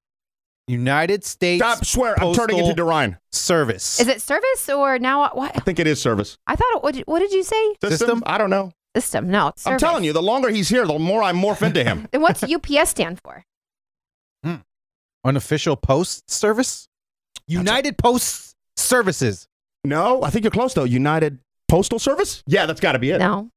Speaker 3: United States.
Speaker 1: I swear, I'm turning into
Speaker 3: Postal
Speaker 1: Derine.
Speaker 3: Service.
Speaker 4: Is it service or now uh, what?
Speaker 1: I think it is service.
Speaker 4: I thought it, what, did- what did you say?
Speaker 1: System? I don't know.
Speaker 4: System. No, it's
Speaker 1: I'm
Speaker 4: service.
Speaker 1: telling you, the longer he's here, the more I morph into him.
Speaker 4: And what's UPS stand for?
Speaker 3: Unofficial post service? United Post Services.
Speaker 1: (laughs) no, I think you're close though. United Postal Service? Yeah, that's got to be it.
Speaker 4: No.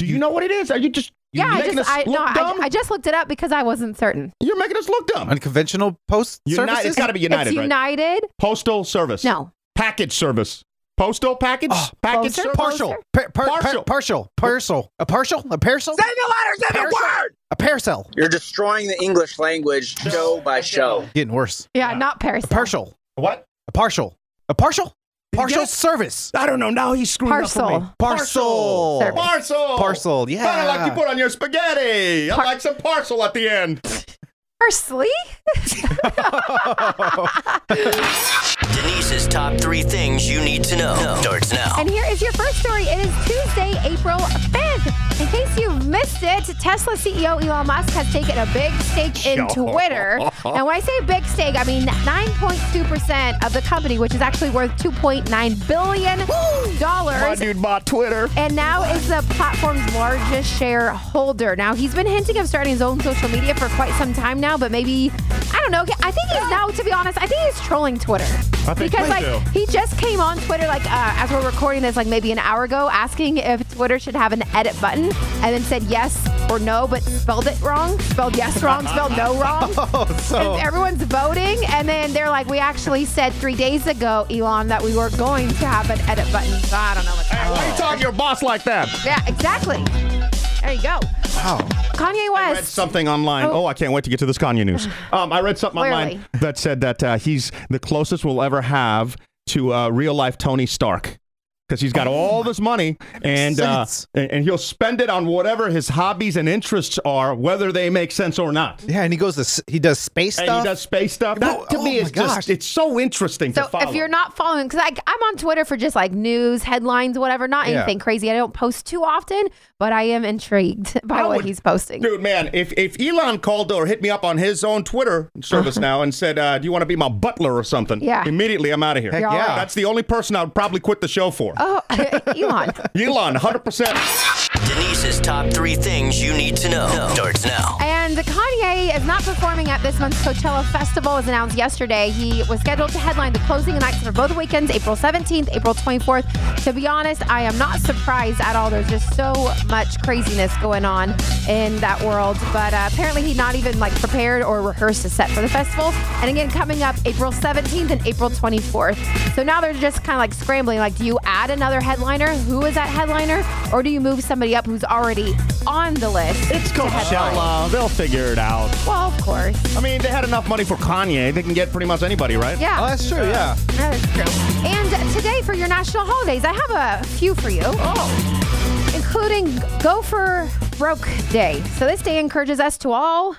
Speaker 1: Do you know what it is? Are you just
Speaker 4: Yeah, I
Speaker 1: making
Speaker 4: just
Speaker 1: us
Speaker 4: I,
Speaker 1: look
Speaker 4: no, I,
Speaker 1: dumb?
Speaker 4: I just looked it up because I wasn't certain.
Speaker 1: you're making us look dumb.
Speaker 3: Unconventional post
Speaker 1: United-
Speaker 3: services?
Speaker 1: it's got to be United,
Speaker 4: it's
Speaker 1: right?
Speaker 4: United.
Speaker 1: Postal Service.
Speaker 4: No.
Speaker 1: Package Service. Postal package. package
Speaker 4: Closer,
Speaker 1: service.
Speaker 3: Oh, partial,
Speaker 4: Closer?
Speaker 3: par- par- par-
Speaker 1: Partial.
Speaker 3: partial, parcel, a partial, a parcel,
Speaker 7: Send the letters in the word.
Speaker 3: a parcel.
Speaker 7: You're destroying the English language show by show.
Speaker 3: Getting worse.
Speaker 4: Yeah, not Paris.
Speaker 3: A partial,
Speaker 1: What?
Speaker 3: a partial, a partial,
Speaker 1: you
Speaker 3: partial
Speaker 1: get it?
Speaker 3: service,
Speaker 1: I don't know. Now he's screwing up for me.
Speaker 4: Parcel.
Speaker 3: parcel,
Speaker 4: Service.
Speaker 1: Parcel.
Speaker 3: Parcel,
Speaker 1: Kind of
Speaker 3: yeah.
Speaker 1: like you put on your spaghetti. I like some parcel at the end.
Speaker 4: Parsley?
Speaker 12: Denise's top three things you need to know starts now.
Speaker 4: And here is your first story. It is Tuesday, April 5th. In case you've missed it, Tesla CEO Elon Musk has taken a big stake in Twitter. And when I say big stake, I mean 9.2% of the company, which is actually worth $2.9 billion.
Speaker 1: My
Speaker 4: dollars.
Speaker 1: dude bought Twitter.
Speaker 4: And now is the platform's largest shareholder. Now, he's been hinting of starting his own social media for quite some time now, but maybe, I don't know. I think he's now, to be honest, I think he's trolling Twitter.
Speaker 1: I think
Speaker 4: because,
Speaker 1: so,
Speaker 4: like,
Speaker 1: too.
Speaker 4: he just came on Twitter, like, uh, as we're recording this, like maybe an hour ago, asking if Twitter should have an edit button, and then said yes or no, but spelled it wrong, spelled yes wrong,
Speaker 1: (laughs)
Speaker 4: spelled no wrong.
Speaker 3: Oh, so
Speaker 4: And everyone's voting, and then they're like, "We actually said three days ago, Elon, that we were going to have an edit button." So I don't know what.
Speaker 1: Hey, why you talking to your boss like that?
Speaker 4: Yeah, exactly. There you go.
Speaker 3: wow.
Speaker 4: Kanye
Speaker 1: I read
Speaker 4: West.
Speaker 1: something online. Oh.
Speaker 4: Oh.
Speaker 1: I can't wait to get to this
Speaker 4: (laughs)
Speaker 1: Kanye news. Um, I read something online that said that uh, he's the closest we'll ever have to uh, real life Tony Stark because he's got
Speaker 4: Oh
Speaker 1: all this money and, uh,
Speaker 3: sense.
Speaker 1: and and he'll spend it on whatever his hobbies and interests are, whether they make sense or not.
Speaker 3: Yeah, and he goes to s- he does space
Speaker 1: And
Speaker 3: stuff.
Speaker 1: he does space stuff. That, to
Speaker 3: Oh
Speaker 1: me
Speaker 3: my
Speaker 1: is just
Speaker 3: gosh.
Speaker 1: it's so interesting to
Speaker 4: so
Speaker 1: follow.
Speaker 4: if you're not following, because like I'm on Twitter for just like news, headlines, whatever, not
Speaker 3: Yeah.
Speaker 4: anything crazy. I don't post too often, but I am intrigued by
Speaker 1: I
Speaker 4: what
Speaker 1: would-
Speaker 4: he's posting.
Speaker 1: Dude, man, if, if Elon called or hit me up on his own Twitter service now and said, uh, "Do you want to be my butler or something?"
Speaker 4: Uh-huh. Yeah.
Speaker 1: immediately I'm out of here.
Speaker 4: You're all
Speaker 3: yeah.
Speaker 4: right.
Speaker 1: That's the only person I would probably quit the show for.
Speaker 4: Oh, (laughs) Elon.
Speaker 1: Elon, 100%.
Speaker 12: Denise's top three things you need to know starts now.
Speaker 4: And Kanye is not performing at this month's Coachella Festival, as announced yesterday. He was scheduled to headline the closing nights for both weekends, April 17th, April 24th. To be honest, I am not surprised at all. There's just so much craziness going on in that world. But uh, apparently, he not even like prepared or rehearsed a set for the festival. And again, coming up April 17th and April 24th. So now they're just kind of like scrambling. Like, do you add another headliner? Who is that headliner? Or do you move somebody up who's already on the list?
Speaker 1: It's Coachella. uh, They'll figure it out.
Speaker 4: Well, of course.
Speaker 1: I mean, they had enough money for Kanye. They can get pretty much anybody, right?
Speaker 4: Yeah.
Speaker 1: Oh, that's true, yeah.
Speaker 4: That is true. And today for your national holidays, I have a few for you. Oh. Including Gopher Broke Day. So this day encourages us to all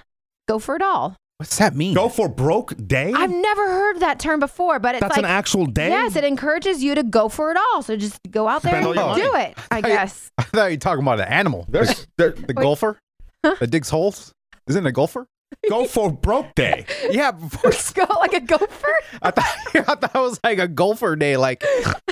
Speaker 4: go for it all.
Speaker 1: What's that mean? Go for broke day?
Speaker 4: I've never heard that term before, but it's
Speaker 1: That's
Speaker 4: like
Speaker 1: an actual day?
Speaker 4: Yes, it encourages you to go for it all. So just go out there
Speaker 3: Spend
Speaker 4: and
Speaker 3: all your
Speaker 4: do
Speaker 3: money.
Speaker 4: it. I guess.
Speaker 3: (laughs)
Speaker 4: (laughs)
Speaker 3: I thought you were talking about an animal.
Speaker 1: There's
Speaker 3: the, the golfer that digs holes. Isn't it a golfer?
Speaker 1: Go for broke day.
Speaker 4: (laughs)
Speaker 3: yeah, before,
Speaker 4: go like a gopher. (laughs)
Speaker 3: I thought (laughs) I thought it was like a golfer day. Like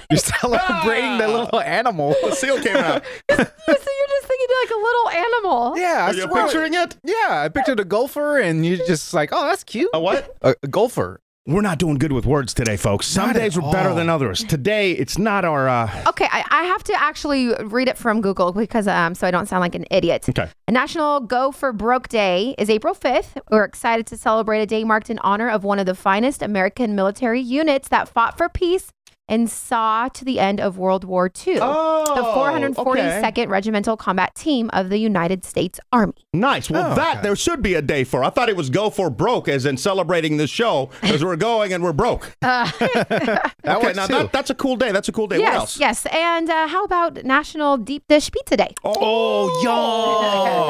Speaker 3: you're celebrating the
Speaker 1: (laughs)
Speaker 3: little animal.
Speaker 1: The seal
Speaker 4: (laughs)
Speaker 1: came out.
Speaker 4: so you're just thinking like a little animal.
Speaker 3: Yeah, I swear-
Speaker 1: it?
Speaker 3: Yeah, I pictured a golfer, and you're just like, oh, that's cute.
Speaker 1: A what?
Speaker 3: A, a golfer.
Speaker 1: We're not doing good with words today, folks. Some
Speaker 3: Not at
Speaker 1: days are better
Speaker 3: all.
Speaker 1: than others. Today, it's not our. Uh,
Speaker 4: Okay, I, I have to actually read it from Google because um, so I don't sound like an idiot.
Speaker 1: okay.
Speaker 4: A National Go for Broke Day is April 5th. We're excited to celebrate a day marked in honor of one of the finest American military units that fought for peace and saw to the end of World War II. the
Speaker 1: Oh,
Speaker 4: 442nd Regimental Combat Team of the United States Army.
Speaker 1: Nice. Well,
Speaker 3: Oh,
Speaker 1: that
Speaker 3: okay.
Speaker 1: there should be a day for. I thought it was go for broke, as in celebrating the show, because we're going and we're broke.
Speaker 4: (laughs)
Speaker 3: That
Speaker 1: (laughs) okay,
Speaker 3: works
Speaker 1: now
Speaker 3: too.
Speaker 1: that, that's a cool day. That's a cool day.
Speaker 4: Uh, yes,
Speaker 1: What else?
Speaker 4: yes. And uh, how about National Deep Dish Pizza Day?
Speaker 1: Oh,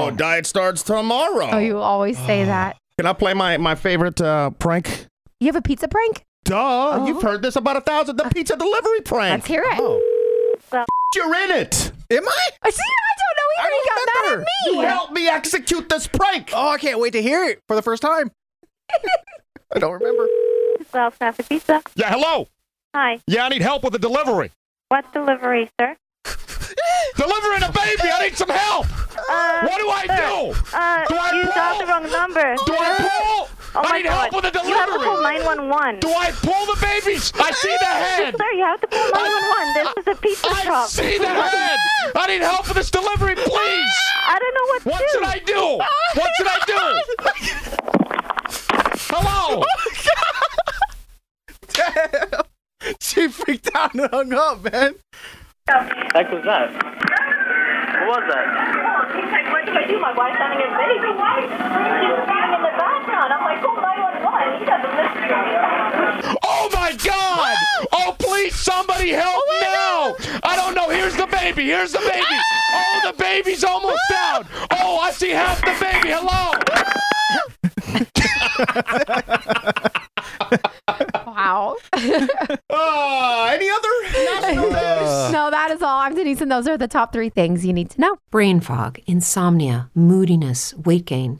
Speaker 1: yo! (laughs) Diet starts tomorrow.
Speaker 4: Oh, you always say
Speaker 1: Ah.
Speaker 4: that.
Speaker 1: Can I play my my favorite uh, prank?
Speaker 4: You have a pizza prank?
Speaker 1: Duh!
Speaker 4: Oh.
Speaker 1: You've heard this about a thousand. The pizza delivery prank.
Speaker 4: Let's hear it.
Speaker 1: You're in it.
Speaker 3: Am I?
Speaker 4: I (laughs) See, I don't know either. He got mad at me.
Speaker 1: Uh-huh. You help me execute this prank.
Speaker 3: Oh, I can't wait to hear it for the first time. I don't remember.
Speaker 11: Well, Snappy Pizza.
Speaker 1: Yeah. Hello.
Speaker 11: Hi.
Speaker 1: Yeah, I need help with the delivery.
Speaker 11: What delivery, sir?
Speaker 1: Delivering a baby. I need some help.
Speaker 11: Uh,
Speaker 1: What do I
Speaker 11: sir,
Speaker 1: do?
Speaker 11: Uh,
Speaker 1: Do I
Speaker 4: (laughs)
Speaker 11: you
Speaker 1: pull?
Speaker 11: dialed the wrong number.
Speaker 1: Do I pull? I
Speaker 11: Oh my
Speaker 1: need
Speaker 11: God.
Speaker 1: help with the
Speaker 11: You have to call
Speaker 1: delivery.
Speaker 11: 911.
Speaker 1: Do I pull the babies? I see the head.
Speaker 11: Sir, you have to call 911. This is a pizza
Speaker 1: I
Speaker 11: shop.
Speaker 1: see the head. I need help with this delivery, please.
Speaker 11: I don't know what to
Speaker 1: What
Speaker 11: do.
Speaker 1: should I
Speaker 4: (laughs)
Speaker 1: do? What should I do? Hello.
Speaker 3: (laughs) She freaked out and hung up, man.
Speaker 10: heck was that? What was that?
Speaker 11: He's like, what did I do? My wife's having a baby. Your wife? She's crying in the background. I'm like, "Oh, call 911. He doesn't listen to me.
Speaker 1: Oh my God! Oh please, somebody help now! I don't know. Here's the baby. Here's the baby. Oh, the baby's almost down. Oh, I see half the baby. Hello.
Speaker 4: (laughs) Wow.
Speaker 1: Uh, any other?
Speaker 4: no, that is all. I'm Denise, and those are the top three things you need to know.
Speaker 13: Brain fog, insomnia, moodiness, weight gain.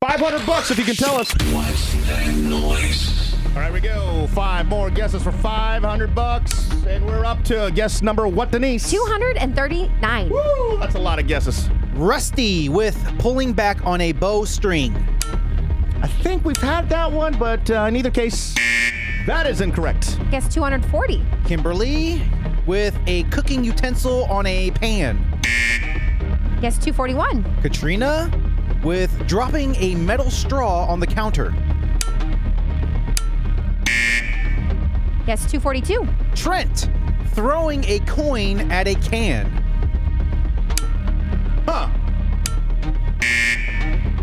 Speaker 1: 500 bucks if you can tell us. What's that noise? All right, we go. Five more guesses for 500 bucks. And we're up to guess number what, Denise?
Speaker 4: 239.
Speaker 1: Woo! That's a lot of guesses.
Speaker 3: Rusty with pulling back on a bowstring.
Speaker 1: I think we've had that one, but uh, in either case, that is incorrect.
Speaker 4: Guess 240.
Speaker 3: Kimberly with a cooking utensil on a pan.
Speaker 4: Guess 241.
Speaker 3: Katrina with dropping a metal straw on the counter.
Speaker 4: Guess 242.
Speaker 3: Trent throwing a coin at a can.
Speaker 1: Huh.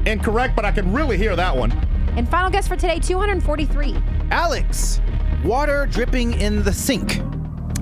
Speaker 1: Incorrect, but I can really hear that one.
Speaker 4: And final guess for today 243.
Speaker 3: Alex, water dripping in the sink.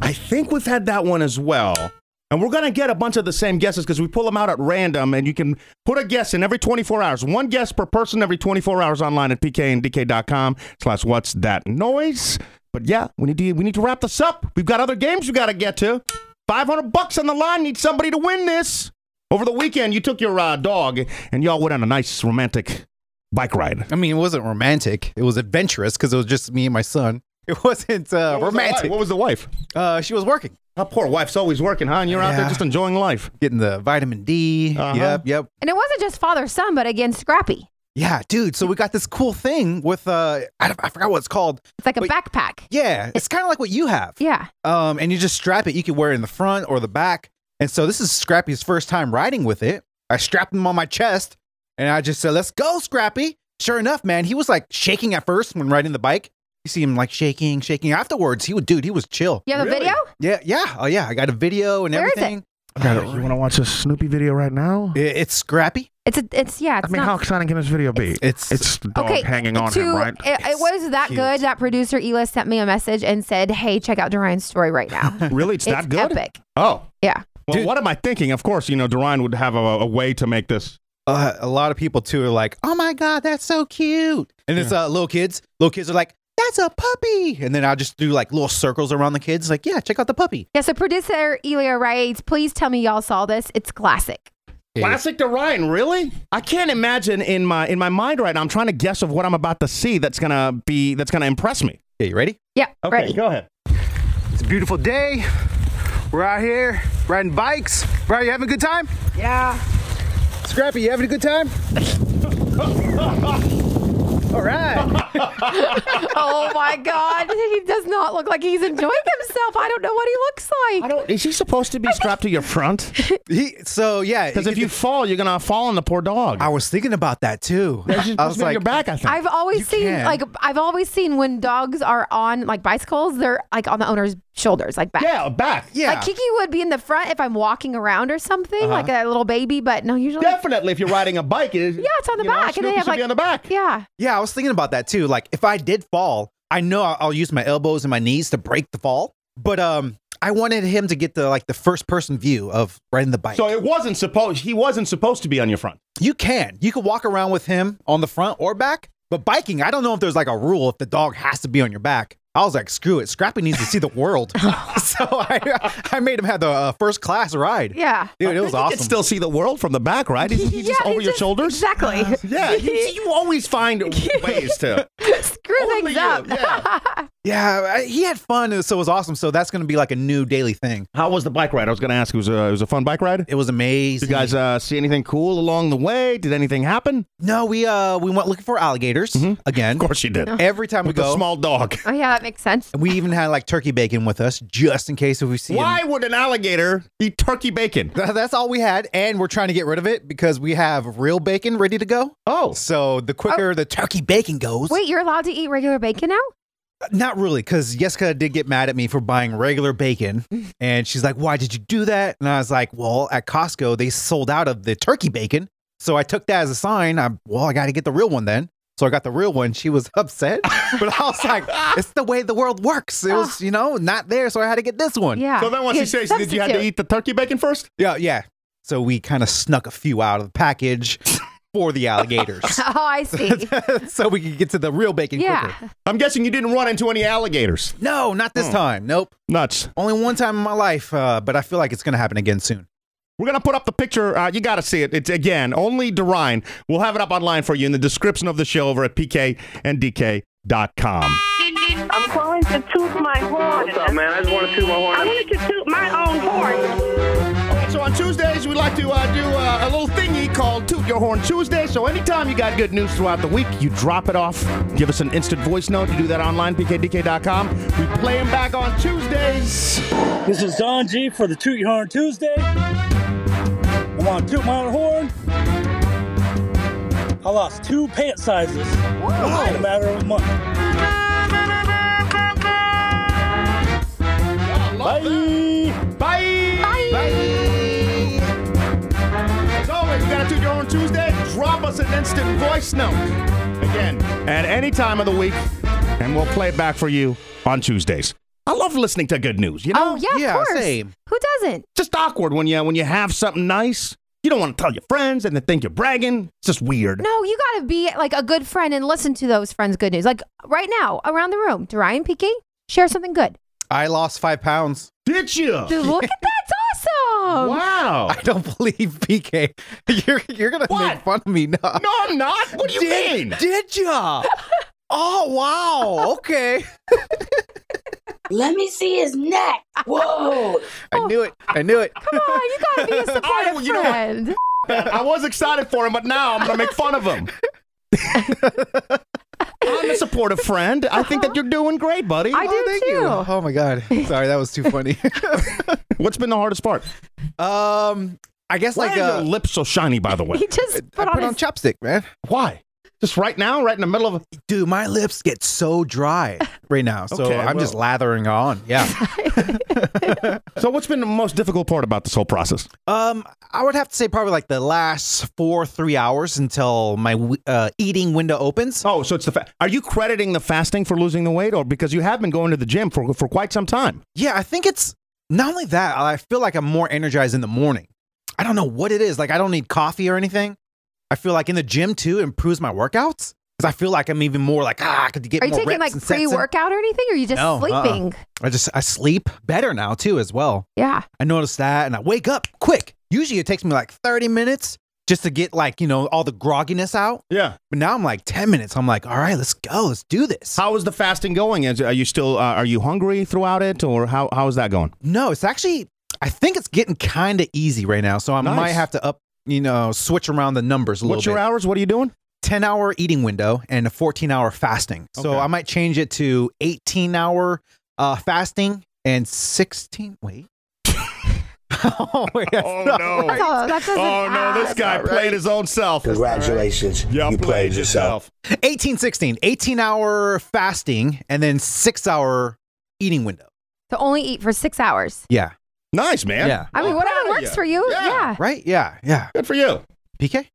Speaker 1: I think we've had that one as well. And we're going to get a bunch of the same guesses because we pull them out at random and you can put a guess in every 24 hours. One guess per person every 24 hours online at pkndk.com slash what's that noise. But yeah, we need to we need to wrap this up. We've got other games we got to get to. 500 bucks on the line. Need somebody to win this. Over the weekend, you took your uh, dog and y'all went on a nice romantic bike ride.
Speaker 3: I mean, it wasn't romantic. It was adventurous because it was just me and my son. (laughs) It wasn't uh,
Speaker 1: What was the wife?
Speaker 3: romantic.
Speaker 1: What was the wife?
Speaker 3: Uh, she was working.
Speaker 1: My poor wife's always working, huh? And you're out there
Speaker 3: Yeah.
Speaker 1: just enjoying life.
Speaker 3: Getting the vitamin D.
Speaker 1: Uh-huh.
Speaker 3: Yep, yep.
Speaker 4: And it wasn't just father son, but again, Scrappy.
Speaker 3: Yeah, dude. So we got this cool thing with uh, I, don't- I forgot what it's called.
Speaker 4: It's like a backpack.
Speaker 3: Yeah, it's kind of like what you have.
Speaker 4: (laughs) Yeah.
Speaker 3: Um, and you just strap it. You can wear it in the front or the back. And so this is Scrappy's first time riding with it. I strapped him on my chest, and I just said, "Let's go, Scrappy." Sure enough, man, he was like shaking at first when riding the bike. You see him like shaking, shaking. Afterwards, he would, dude, he was chill.
Speaker 4: You have a video?
Speaker 3: Yeah, yeah, oh yeah. I got a video and
Speaker 4: Where is it?
Speaker 3: everything.
Speaker 1: Got it. You want to watch a Snoopy video right now?
Speaker 3: It, it's Scrappy.
Speaker 4: It's a, it's yeah. It's
Speaker 1: I mean,
Speaker 4: not,
Speaker 1: how exciting can this video be?
Speaker 3: It's
Speaker 1: it's the dog
Speaker 4: okay,
Speaker 1: hanging on
Speaker 4: to,
Speaker 1: him, right?
Speaker 4: It, it was that
Speaker 1: cute.
Speaker 4: good that producer Ela sent me a message and said, "Hey, check out Dorian's story right
Speaker 1: (laughs)
Speaker 4: now."
Speaker 1: really, it's, that good.
Speaker 4: Epic.
Speaker 1: Oh,
Speaker 4: Yeah.
Speaker 1: well, what am I thinking? Of course, you know, Duran would have a, a way to make this.
Speaker 3: Uh, a lot of people too are like, oh my god, that's so cute. And it's uh, little kids. Little kids are like, that's a puppy. And then I just do like little circles around the kids, like, yeah, check out the puppy.
Speaker 4: Yeah. So producer Ela writes, "Please tell me y'all saw this. It's classic."
Speaker 1: Classic Duran, really? I can't imagine in my in my mind right now. I'm trying to guess of what I'm about to see. That's gonna be that's gonna impress me.
Speaker 3: Okay, you ready?
Speaker 4: Yeah.
Speaker 1: Okay, go ahead.
Speaker 14: It's a beautiful day. We're out here riding bikes. Brian, you having a good time? Yeah. Scrappy, you having a good time? All right.
Speaker 4: (laughs) oh my God! He does not look like he's enjoying himself. I don't know what he looks like. I
Speaker 1: don't. Is he supposed to be strapped to your (laughs) front?
Speaker 3: He, so yeah,
Speaker 1: because if you fall, you're gonna fall on the poor dog.
Speaker 3: I was thinking about that too.
Speaker 1: I was like, your back. I think.
Speaker 4: I've always seen
Speaker 3: can.
Speaker 4: like I've always seen when dogs are on like bicycles, they're like on the owner's shoulders, like back.
Speaker 1: Yeah, back. Yeah.
Speaker 4: Like Kiki would be in the front if I'm walking around or something,
Speaker 1: Uh-huh.
Speaker 4: like a little baby. But no, usually
Speaker 1: Definitely, if you're riding a bike, it is.
Speaker 4: yeah, it's on the
Speaker 1: you know,
Speaker 4: back, and
Speaker 1: Snoopy
Speaker 4: they have
Speaker 1: should
Speaker 4: like
Speaker 1: be on the
Speaker 4: (laughs)
Speaker 1: back.
Speaker 4: Yeah.
Speaker 3: Yeah, I was thinking about that too. Like if I did fall, I know I'll, I'll use my elbows and my knees to break the fall. But um, I wanted him to get the like the first person view of riding the bike.
Speaker 1: So it wasn't supposed. He wasn't supposed to be on your front.
Speaker 3: You can. You can walk around with him on the front or back. But biking, I don't know if there's like a rule if the dog has to be on your back. I was like, screw it. Scrappy needs to see the
Speaker 1: (laughs)
Speaker 3: world. (laughs) so I, I made him have the uh, first class ride.
Speaker 4: Yeah. (laughs)
Speaker 3: Dude, it was
Speaker 1: You
Speaker 3: awesome.
Speaker 1: can still see the world from the back, right? Isn't he just
Speaker 4: Yeah,
Speaker 1: over
Speaker 4: he
Speaker 1: your
Speaker 4: just-
Speaker 1: shoulders?
Speaker 4: Exactly. (laughs)
Speaker 1: Yeah, you, you always find ways to.
Speaker 4: Screw things up. (laughs)
Speaker 3: yeah, I- he had fun. and So it was awesome. So that's going to be like a new daily thing.
Speaker 1: How was the bike ride? I was going to ask. It was a, it was a fun bike ride.
Speaker 3: It was amazing.
Speaker 1: Did you guys uh, see anything cool along the way? Did anything happen?
Speaker 3: No, we uh we went looking for alligators again. Of
Speaker 1: Mm-hmm. course you did.
Speaker 3: Every time
Speaker 1: (laughs) With
Speaker 3: we
Speaker 1: the
Speaker 3: go,
Speaker 1: small dog.
Speaker 4: Oh yeah, that makes
Speaker 1: (laughs)
Speaker 4: sense.
Speaker 3: We even had like turkey bacon with us just in case if we (laughs) see.
Speaker 1: Why would an alligator eat turkey bacon?
Speaker 3: Th- That's all we had, and we're trying to get rid of it because we have real bacon ready to go.
Speaker 1: Oh,
Speaker 3: so the quicker the turkey bacon goes,
Speaker 4: Wait, you're allowed to eat regular bacon now?
Speaker 3: not really, because Jessica did get mad at me for buying regular bacon, and she's like, "Why did you do that?" And I was like, "Well, at Costco they sold out of the turkey bacon, so I took that as a sign. I well, I got to get the real one then." So I got the real one. She was (laughs) upset, but I was like, "It's the way the world works. It was, you know, not there, so I had to get this one."
Speaker 1: So then, once you say, did you have to eat the turkey bacon first?
Speaker 3: Yeah, yeah. So we kind of snuck a few out of the package for
Speaker 4: (laughs)
Speaker 3: the alligators. (laughs)
Speaker 4: Oh, I see.
Speaker 3: so we could get to the real bacon
Speaker 4: Yeah.
Speaker 3: quicker.
Speaker 1: I'm guessing you didn't run into any alligators.
Speaker 3: No, not this
Speaker 1: Hmm.
Speaker 3: time. Nope.
Speaker 1: Nuts.
Speaker 3: Only one time in my life, uh, but I feel like it's going to happen again soon.
Speaker 1: We're gonna put up the picture. Uh, you gotta see it. It's again only Derine. We'll have it up online for you in the description of the show over at pkndk.com.
Speaker 11: I'm calling to toot my horn. What's up, man? I just want to toot my horn. I wanted to toot my own horn.
Speaker 1: So on Tuesdays, we like to uh, do uh, a little thingy called Toot Your Horn Tuesday. So anytime you got good news throughout the week, you drop it off. Give us an instant voice note. You do that online, pkdk.com. We play them back on Tuesdays.
Speaker 15: This is Don G for the Toot Your Horn Tuesday. I want to toot my own horn. I lost two pant sizes in a matter of a month.
Speaker 1: Bye. Bye. Bye. As always, we got to do your own Tuesday. Drop us an instant voice note. Again, at any time of the week, and we'll play it back for you on Tuesdays. I love listening to good news. You
Speaker 4: Oh,
Speaker 1: know?
Speaker 4: yeah, of course. Who doesn't?
Speaker 1: Just awkward when you when you have something nice. You don't want to tell your friends and they think you're bragging. It's just weird.
Speaker 4: No, you got to be like a good friend and listen to those friends' good news. Like right now, around the room, Ryan Piquet, share something good.
Speaker 3: I lost five pounds. (laughs)
Speaker 1: Did you?
Speaker 4: Dude,
Speaker 3: Oh,
Speaker 4: look at that's
Speaker 1: um,
Speaker 4: awesome.
Speaker 1: (laughs) Wow.
Speaker 3: I don't believe PK. You're you're gonna make fun of me now.
Speaker 1: No, I'm not. What do you
Speaker 3: (laughs) did,
Speaker 1: mean?
Speaker 3: Did ya? oh wow. Okay.
Speaker 16: Let me see his neck. Whoa.
Speaker 3: I knew it. I knew it.
Speaker 4: Come on, you gotta
Speaker 3: (laughs)
Speaker 4: be a supportive
Speaker 1: you know what?
Speaker 4: friend. (laughs)
Speaker 1: I was excited for him, but now I'm gonna make fun
Speaker 3: (laughs)
Speaker 1: of him. I'm a supportive friend. I think
Speaker 3: Uh-huh.
Speaker 1: that you're doing great, buddy.
Speaker 4: I do
Speaker 3: (laughs) Thank you.
Speaker 4: too.
Speaker 3: Oh my god. Sorry, that was too funny. (laughs)
Speaker 1: What's been the hardest part?
Speaker 3: Um, I guess
Speaker 1: Why
Speaker 3: like
Speaker 1: are
Speaker 3: uh,
Speaker 1: your lips so shiny, by
Speaker 3: (laughs)
Speaker 1: the way?
Speaker 4: He just put
Speaker 3: I
Speaker 4: on
Speaker 3: put on
Speaker 4: his
Speaker 3: chopstick, man.
Speaker 1: Why? Just right now, right in the middle of a
Speaker 3: Dude, my lips get so
Speaker 1: (laughs)
Speaker 3: dry right now, so
Speaker 1: Okay,
Speaker 3: I'm
Speaker 1: well.
Speaker 3: just lathering on. Yeah.
Speaker 1: So what's been the most difficult part about this whole process?
Speaker 3: Um, I would have to say probably like the last four three hours until my w- uh, eating window opens.
Speaker 1: Oh, so it's the fa- Are you crediting the fasting for losing the weight or because you have been going to the gym for for quite some time?
Speaker 3: Yeah, I think it's not only that. I feel like I'm more energized in the morning. I don't know what it is. Like I don't need coffee or anything. I feel like in the gym too it improves my workouts because I feel like I'm even more like ah I could get.
Speaker 4: Are you
Speaker 3: more
Speaker 4: taking
Speaker 3: reps
Speaker 4: like
Speaker 3: and sets in.
Speaker 4: pre-workout or anything? Or are you just
Speaker 3: No, uh-uh.
Speaker 4: sleeping?
Speaker 3: I just I sleep better now too as well.
Speaker 4: Yeah.
Speaker 3: I noticed that and I wake up quick. Usually it takes me like 30 minutes just to get like, you know, all the grogginess out.
Speaker 1: Yeah.
Speaker 3: But now I'm like 10 minutes. I'm like, all right, let's go. Let's do this.
Speaker 1: How is the fasting going? Is, are you still uh, are you hungry throughout it or how how is that going?
Speaker 3: No, it's actually I think it's getting kind of easy right now. So I
Speaker 1: Nice.
Speaker 3: might have to up, you know, switch around the numbers a little
Speaker 1: What's
Speaker 3: bit.
Speaker 1: your hours? What are you doing?
Speaker 3: 10 hour eating window and a 14 hour fasting. So
Speaker 1: Okay.
Speaker 3: I might change it to 18 hour uh, fasting and 16. Wait. (laughs) oh, wait,
Speaker 1: (laughs)
Speaker 3: that's not right.
Speaker 4: Oh, that doesn't
Speaker 1: Oh no, this
Speaker 4: add.
Speaker 1: guy played his own self. Congratulations. you played yourself.
Speaker 3: 18 16 18 hour fasting and then six hour eating window
Speaker 4: To only eat for six hours.
Speaker 3: yeah
Speaker 1: Nice, man.
Speaker 3: Yeah.
Speaker 4: I mean, whatever works
Speaker 1: ya.
Speaker 4: for you. Yeah.
Speaker 3: (laughs) right yeah yeah
Speaker 1: Good for you.
Speaker 3: pk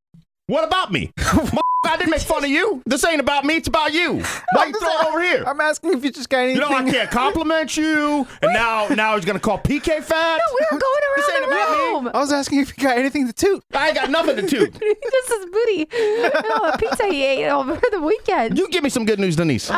Speaker 1: What
Speaker 4: (laughs)
Speaker 1: about me? My- I didn't make fun of you. This ain't about me. It's about you. Why you throw it over here?
Speaker 3: i'm asking if you just got anything
Speaker 1: You know I can't compliment you, and now now he's gonna call PK fat.
Speaker 4: No, we were
Speaker 1: This
Speaker 4: going
Speaker 1: ain't about me.
Speaker 3: (laughs)
Speaker 4: around the room. (laughs)
Speaker 3: I was asking if you got anything to toot
Speaker 1: I ain't got nothing to do.
Speaker 4: this is booty. (laughs) Oh, the pizza he ate over the weekend.
Speaker 1: You give me some good news, Denise.
Speaker 4: Um,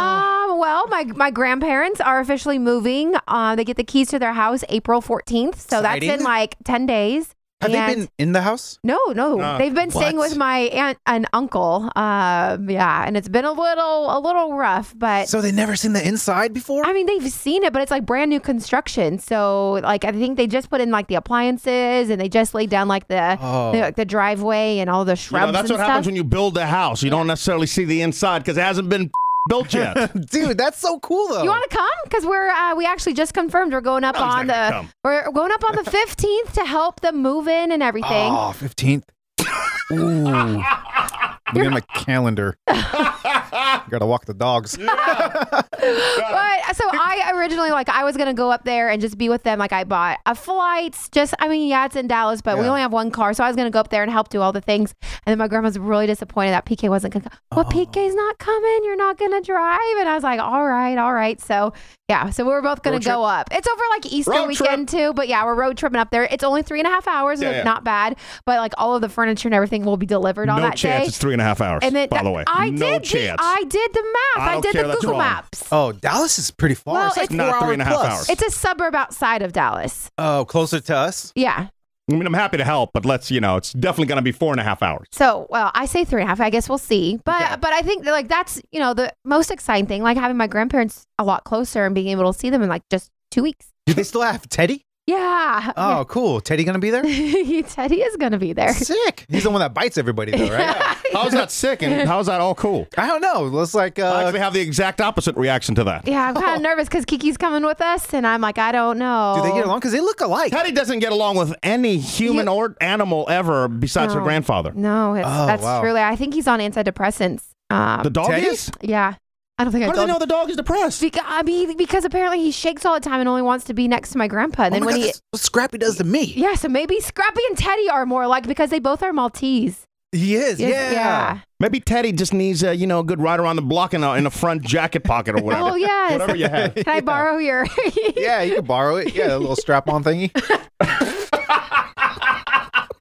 Speaker 4: well, my my grandparents are officially moving. Uh, they get the keys to their house April 14th. So that's in
Speaker 3: Exciting.
Speaker 4: like 10 days.
Speaker 3: have they
Speaker 4: And-
Speaker 3: been in the house
Speaker 4: No, no.
Speaker 3: No.
Speaker 4: They've been staying
Speaker 3: What?
Speaker 4: with my aunt and uncle. Uh, yeah, and it's been a little a little rough, but
Speaker 3: so they never seen the inside before
Speaker 4: I mean, they've seen it, but it's like brand new construction. So, like, I think they just put in like the appliances and they just laid down like the
Speaker 3: Oh.
Speaker 4: the, the driveway and all the
Speaker 1: You
Speaker 4: shrubs.
Speaker 1: know, that's
Speaker 4: and
Speaker 1: what
Speaker 4: stuff.
Speaker 1: happens when you build a house. You don't necessarily see the inside because it hasn't been (laughs)
Speaker 4: (laughs)
Speaker 1: built yet.
Speaker 3: dude that's so cool though
Speaker 4: You want to come? Because we're uh, we actually just confirmed we're going up
Speaker 1: No, he's
Speaker 4: on
Speaker 1: not gonna
Speaker 4: the
Speaker 1: come.
Speaker 4: we're going up
Speaker 1: (laughs)
Speaker 4: on the fifteenth to help them move in and everything.
Speaker 3: oh 15th (laughs) Ooh. Look at my (laughs) calendar. Gotta walk the dogs.
Speaker 4: But uh, so I originally like I was gonna go up there and just be with them. Like I bought a flight. Just I mean, yeah, it's in Dallas, but we
Speaker 3: Yeah.
Speaker 4: only have one car, so I was gonna go up there and help do all the things. And then my grandma's really disappointed that PK wasn't gonna. Come.
Speaker 1: Oh.
Speaker 4: Well, PK's not coming. You're not gonna drive. And I was like, all right, all right. So yeah, so we were both gonna
Speaker 3: Road
Speaker 4: go up. It's over like Easter
Speaker 1: Road trip.
Speaker 4: weekend too, but yeah, we're road tripping up there. It's only three and a half hours,
Speaker 1: Yeah,
Speaker 4: like,
Speaker 1: yeah.
Speaker 4: not bad. But like all of the furniture and everything will be delivered on
Speaker 1: no
Speaker 4: that
Speaker 1: chance.
Speaker 4: day.
Speaker 1: It's three and a half hours.
Speaker 4: and then
Speaker 1: by the way,
Speaker 4: I
Speaker 1: no
Speaker 4: did
Speaker 1: chance.
Speaker 4: The, I did the math.
Speaker 1: I
Speaker 4: I,
Speaker 1: don't
Speaker 4: did
Speaker 1: care,
Speaker 4: the
Speaker 1: that's
Speaker 4: Google
Speaker 1: wrong.
Speaker 4: Maps.
Speaker 3: Oh, Dallas is pretty far.
Speaker 4: Well,
Speaker 3: it's like
Speaker 4: it's
Speaker 3: four
Speaker 1: not three
Speaker 3: hour
Speaker 1: and a half
Speaker 3: plus.
Speaker 1: hours.
Speaker 4: It's a suburb outside of Dallas.
Speaker 3: Oh, closer to us.
Speaker 4: Yeah.
Speaker 1: I mean, I'm happy to help, but let's, you know, it's definitely going to be four and a half hours.
Speaker 4: So, well, I say three and a half. I guess we'll see. But but I think that, like that's you know the most exciting thing, like having my grandparents a lot closer and being able to see them in like just two weeks.
Speaker 3: Do they still have Teddy?
Speaker 4: Yeah.
Speaker 3: Oh, cool. Teddy gonna be (laughs) there?
Speaker 4: Yeah. (laughs) Teddy is gonna be there. (laughs)
Speaker 3: Sick. He's the one that bites everybody, though, (laughs) right?
Speaker 1: How's that sick and how's that all cool?
Speaker 3: I don't know. Looks like uh,
Speaker 1: I actually have the exact opposite reaction to that.
Speaker 4: Yeah, I'm kind of nervous because Kiki's coming with us, and I'm like, I don't know.
Speaker 3: Because they look alike.
Speaker 1: Teddy doesn't get along with any human or animal ever besides her
Speaker 4: No.
Speaker 1: grandfather.
Speaker 4: No, it's,
Speaker 1: Oh,
Speaker 4: that's
Speaker 1: wow.
Speaker 4: truly. I think he's on antidepressants. Um,
Speaker 1: The dog Teddy? is?
Speaker 4: Yeah. I don't think
Speaker 1: How
Speaker 4: I
Speaker 1: do they know the dog is depressed?
Speaker 4: Because, I mean, because apparently he shakes all the time and only wants to be next to my grandpa. And then
Speaker 3: Oh my
Speaker 4: when
Speaker 3: God,
Speaker 4: he
Speaker 3: that's what Scrappy does to me.
Speaker 4: Yeah, so maybe Scrappy and Teddy are more like because they both are Maltese.
Speaker 3: He is.
Speaker 4: Yes, yeah. yeah.
Speaker 1: Maybe Teddy just needs a you know a good ride around the block in a, in a front jacket (laughs) pocket or whatever.
Speaker 4: Oh yes.
Speaker 1: whatever you have.
Speaker 4: Can I borrow your? (laughs)
Speaker 3: yeah, you can borrow it. Yeah, a little strap on thingy.
Speaker 1: (laughs)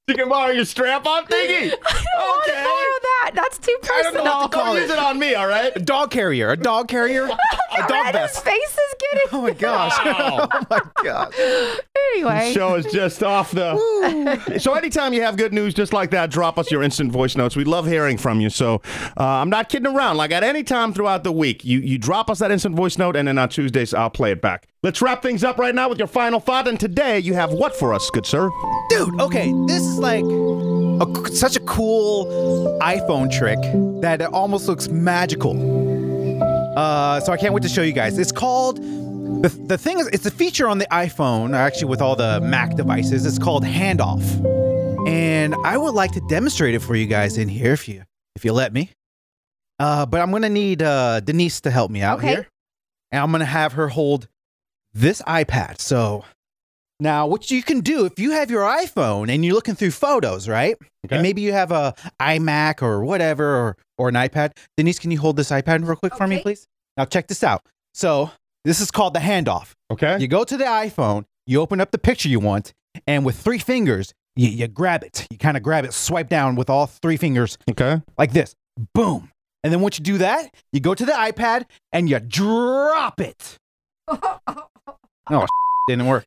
Speaker 1: You can borrow your strap on thingy. (laughs) okay.
Speaker 4: borrow that. That's too
Speaker 1: I don't know
Speaker 4: personal.
Speaker 1: what to call it. on me, all right?
Speaker 3: (laughs) A dog carrier. A dog carrier. a
Speaker 4: (laughs)
Speaker 3: dog
Speaker 4: His
Speaker 3: vest.
Speaker 4: face is getting.
Speaker 3: Oh my gosh. (laughs) oh my gosh.
Speaker 4: (laughs) anyway.
Speaker 1: The show is just off the. so anytime you have good news just like that, drop us your instant voice notes. We love hearing from you. So uh, I'm not kidding around. Like at any time throughout the week, you you drop us that instant voice note, and then on Tuesdays I'll play it back. Let's wrap things up right now with your final thought. And today you have what for us, good sir?
Speaker 3: Dude, okay, this is like a, such a cool iPhone trick that it almost looks magical. Uh, so I can't wait to show you guys. It's called the, the thing is it's a feature on the iPhone, actually with all the Mac devices. It's called handoff, and I would like to demonstrate it for you guys in here if you if you let me. Uh, but I'm gonna need uh, Denise to help me out
Speaker 4: Okay.
Speaker 3: here, and I'm gonna have her hold this iPad. So now, what you can do if you have your iPhone and you're looking through photos, right? And maybe you have a iMac or whatever or, or an iPad. Denise, can you hold this iPad real quick for me, please? Now, check this out. So, this is called the handoff.
Speaker 1: Okay.
Speaker 3: You go to the iPhone, you open up the picture you want, and with three fingers, you, you grab it. You kind of grab it, swipe down with all three fingers.
Speaker 1: Okay.
Speaker 3: Like this. Boom. And then once you do that, you go to the iPad and you drop it.
Speaker 4: (laughs)
Speaker 3: Oh, didn't work.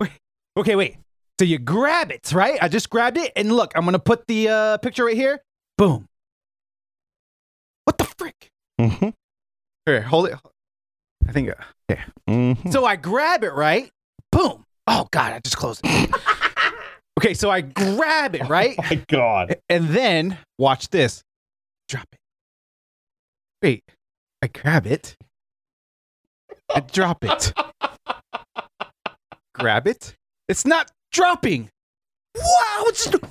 Speaker 3: Wait. (laughs) okay, wait. So you grab it, right? I just grabbed it, and look, I'm gonna put the uh, picture right here. Boom. What the frick?
Speaker 1: Mhm.
Speaker 3: Here, hold it. I think. Uh, okay.
Speaker 1: Mm-hmm.
Speaker 3: So I grab it, right? Boom. Oh God, I just closed (laughs) it. okay, so I grab it, right? Oh
Speaker 1: my God.
Speaker 3: And then watch this. Drop it. Wait, I grab it. I drop it. grab it. It's not dropping. Wow, it's just-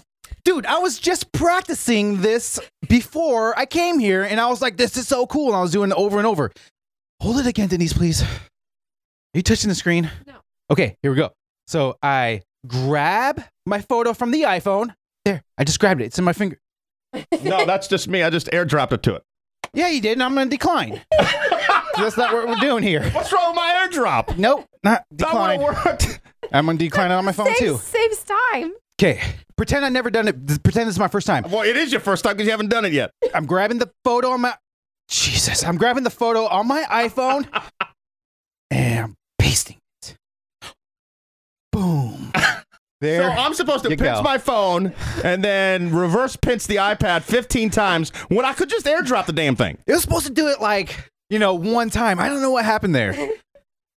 Speaker 3: dude, I was just practicing this before I came here, and I was like, "This is so cool." And I was doing it over and over. Hold it again, Denise, please. Are you touching the screen? No. Okay, here we go. So I grab my photo from the iPhone. There, I just grabbed it. It's in my finger.
Speaker 1: no, that's just me. I just airdropped it to it.
Speaker 3: Yeah, you did, and I'm gonna decline. That's not what we're doing here.
Speaker 1: What's wrong with my airdrop?
Speaker 3: Nope, not
Speaker 1: That
Speaker 3: decline.
Speaker 1: would've worked.
Speaker 3: I'm gonna decline it on my phone
Speaker 4: saves,
Speaker 3: too.
Speaker 4: saves time.
Speaker 3: Okay, pretend I've never done it. Pretend this is my first time.
Speaker 1: Well, it is your first time because you haven't done it yet.
Speaker 3: I'm grabbing the photo on my Jesus. I'm grabbing the photo on my iPhone and I'm pasting it. Boom. There.
Speaker 1: So I'm supposed to
Speaker 3: you
Speaker 1: pinch
Speaker 3: go.
Speaker 1: my phone and then reverse pinch the iPad 15 times when I could just airdrop the damn thing.
Speaker 3: It was supposed to do it like you know one time. I don't know what happened there,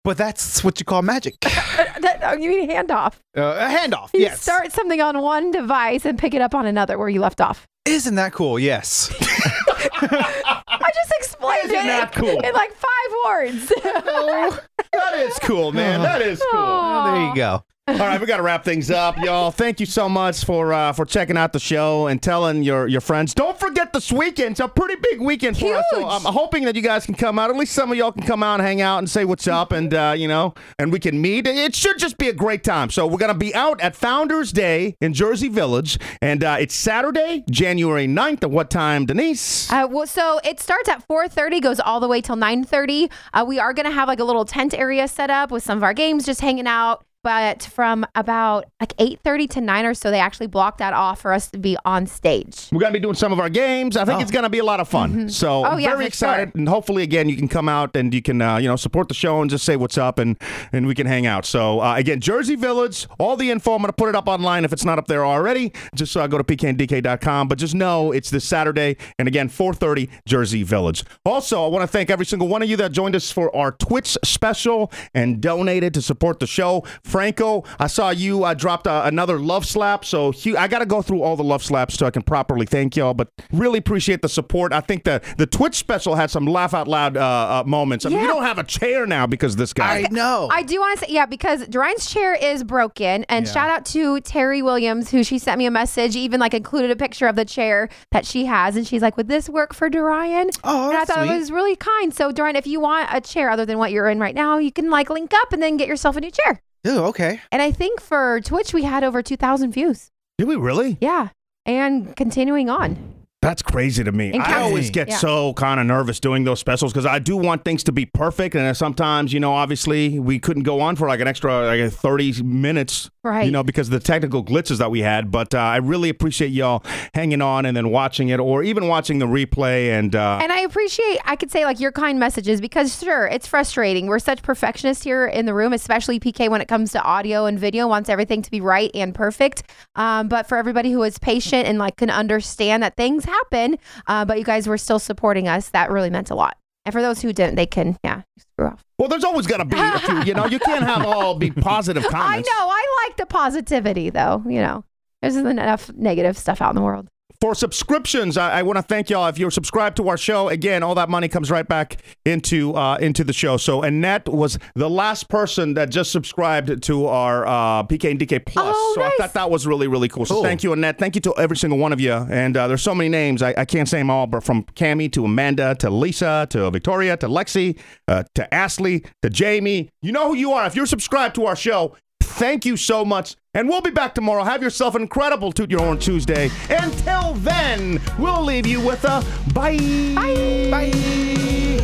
Speaker 3: but that's what you call magic.
Speaker 4: That, oh, you mean handoff.
Speaker 3: Uh, a handoff.
Speaker 4: You
Speaker 3: yes.
Speaker 4: start something on one device and pick it up on another where you left
Speaker 1: (laughs)
Speaker 4: off.
Speaker 3: Isn't that cool? Yes. (laughs)
Speaker 4: I just explained
Speaker 1: Isn't
Speaker 4: it
Speaker 1: that cool?
Speaker 4: in like five words. (laughs)
Speaker 1: That is cool, man. That is cool.
Speaker 4: Aw.
Speaker 3: there you go.
Speaker 1: All right, we got to wrap things up, y'all. Thank you so much for uh, for checking out the show and telling your your friends. Don't forget this weekend. It's a pretty big weekend for us. So
Speaker 4: Huge.
Speaker 1: I'm hoping that you guys can come out. At least some of y'all can come out and hang out and say what's up, and uh, you know, and we can meet. It should just be a great time. So we're gonna be out at Founders Day in Jersey Village, and uh, it's Saturday, January 9th. At what time, Denise?
Speaker 4: Uh, well, so it starts at 4.30, goes all the way till 9.30. Uh, we are going to have like a little tent area set up with some of our games just hanging out. But from about like 8:30 to 9 or so, they actually blocked that off for us to be on stage.
Speaker 1: We're going to be doing some of our games. I think it's going to be a lot of fun.
Speaker 4: Oh,
Speaker 1: So I'm
Speaker 4: yeah,
Speaker 1: very
Speaker 4: for
Speaker 1: excited. And hopefully, again, you can come out and you can, uh, you know, support the show and just say what's up and, and we can hang out. So, uh, again, Jersey Village, all the info. I'm going to put it up online if it's not up there already. Just uh, go to pkndk.com. But just know it's this Saturday. And again, 4.30, Jersey Village. Also, I want to thank every single one of you that joined us for our Twitch special and donated to support the show. Franco, I saw you uh, dropped uh, another love slap. So hu- I got to go through all the love slaps so I can properly thank y'all. But really appreciate the support. I think the the Twitch special had some laugh out loud uh, uh, moments. I mean, you
Speaker 4: Yeah.
Speaker 1: don't have a chair now because of this guy.
Speaker 4: I do want to say, yeah, because Dorian's chair is broken. And
Speaker 1: Yeah.
Speaker 4: shout out to Terry Williams, who she sent me a message, even like included a picture of the chair that she has. And she's like, would this work for Dorian? Oh, And I thought
Speaker 13: sweet.
Speaker 4: it was really kind. So, Dorian, if you want a chair other than what you're in right now, you can like link up and then get yourself a new chair.
Speaker 3: Oh, okay.
Speaker 4: And I think for Twitch, we had over 2,000 views.
Speaker 1: Did we really?
Speaker 4: Yeah. And continuing on.
Speaker 1: That's crazy to me.
Speaker 4: And
Speaker 1: I
Speaker 4: counting.
Speaker 1: always get
Speaker 4: Yeah.
Speaker 1: so kind of nervous doing those specials because I do want things to be perfect, and sometimes you know, obviously, we couldn't go on for like an extra like thirty minutes,
Speaker 4: Right.
Speaker 1: You know, because of the technical glitches that we had. But uh, I really appreciate y'all hanging on and then watching it, or even watching the replay. And, uh,
Speaker 4: and I appreciate, I could say, like your kind messages because, sure, it's frustrating. We're such perfectionists here in the room, especially PK when it comes to audio and video, wants everything to be right and perfect. Um, but for everybody who is patient and like can understand that things happen, uh, but you guys were still supporting us, that really meant a lot. And for those who didn't, they can, yeah, screw off.
Speaker 1: well, there's always gonna be a few, you know, you can't have all be positive
Speaker 4: (laughs) I
Speaker 1: comments.
Speaker 4: know. I like the positivity, though. You know, there's enough negative stuff out in the world.
Speaker 1: For subscriptions, I, I want to thank y'all. If you're subscribed to our show, again, all that money comes right back into uh, into the show. So Annette was the last person that just subscribed to our uh, PK and DK Plus. so I thought that was really really cool. So thank you, Annette. Thank you to every single one of you. And uh, there's so many names. I, I can't say them all, but from Cami to Amanda to Lisa to Victoria to Lexi uh, to Ashley to Jamie. You know who you are. If you're subscribed to our show, Thank you so much. And we'll be back tomorrow. Have yourself an incredible Toot Your Horn Tuesday. Until then, we'll leave you with a bye. Bye. Bye.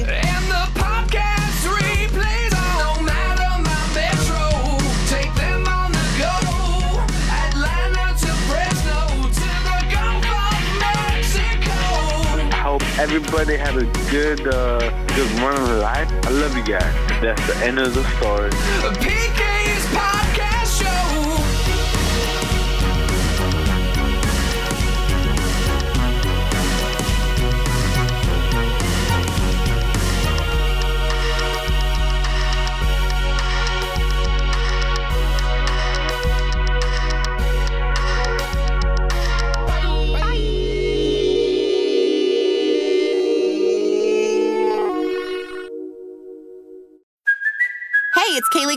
Speaker 17: And the podcast replays no matter my metro. Take them on the go. Atlanta to Fresno to the Gulf of Mexico.
Speaker 18: I hope everybody have a good, uh, good run of life. I love you guys. That's the end of the story.
Speaker 17: PK's podcast show.
Speaker 19: Hey, it's Kaylee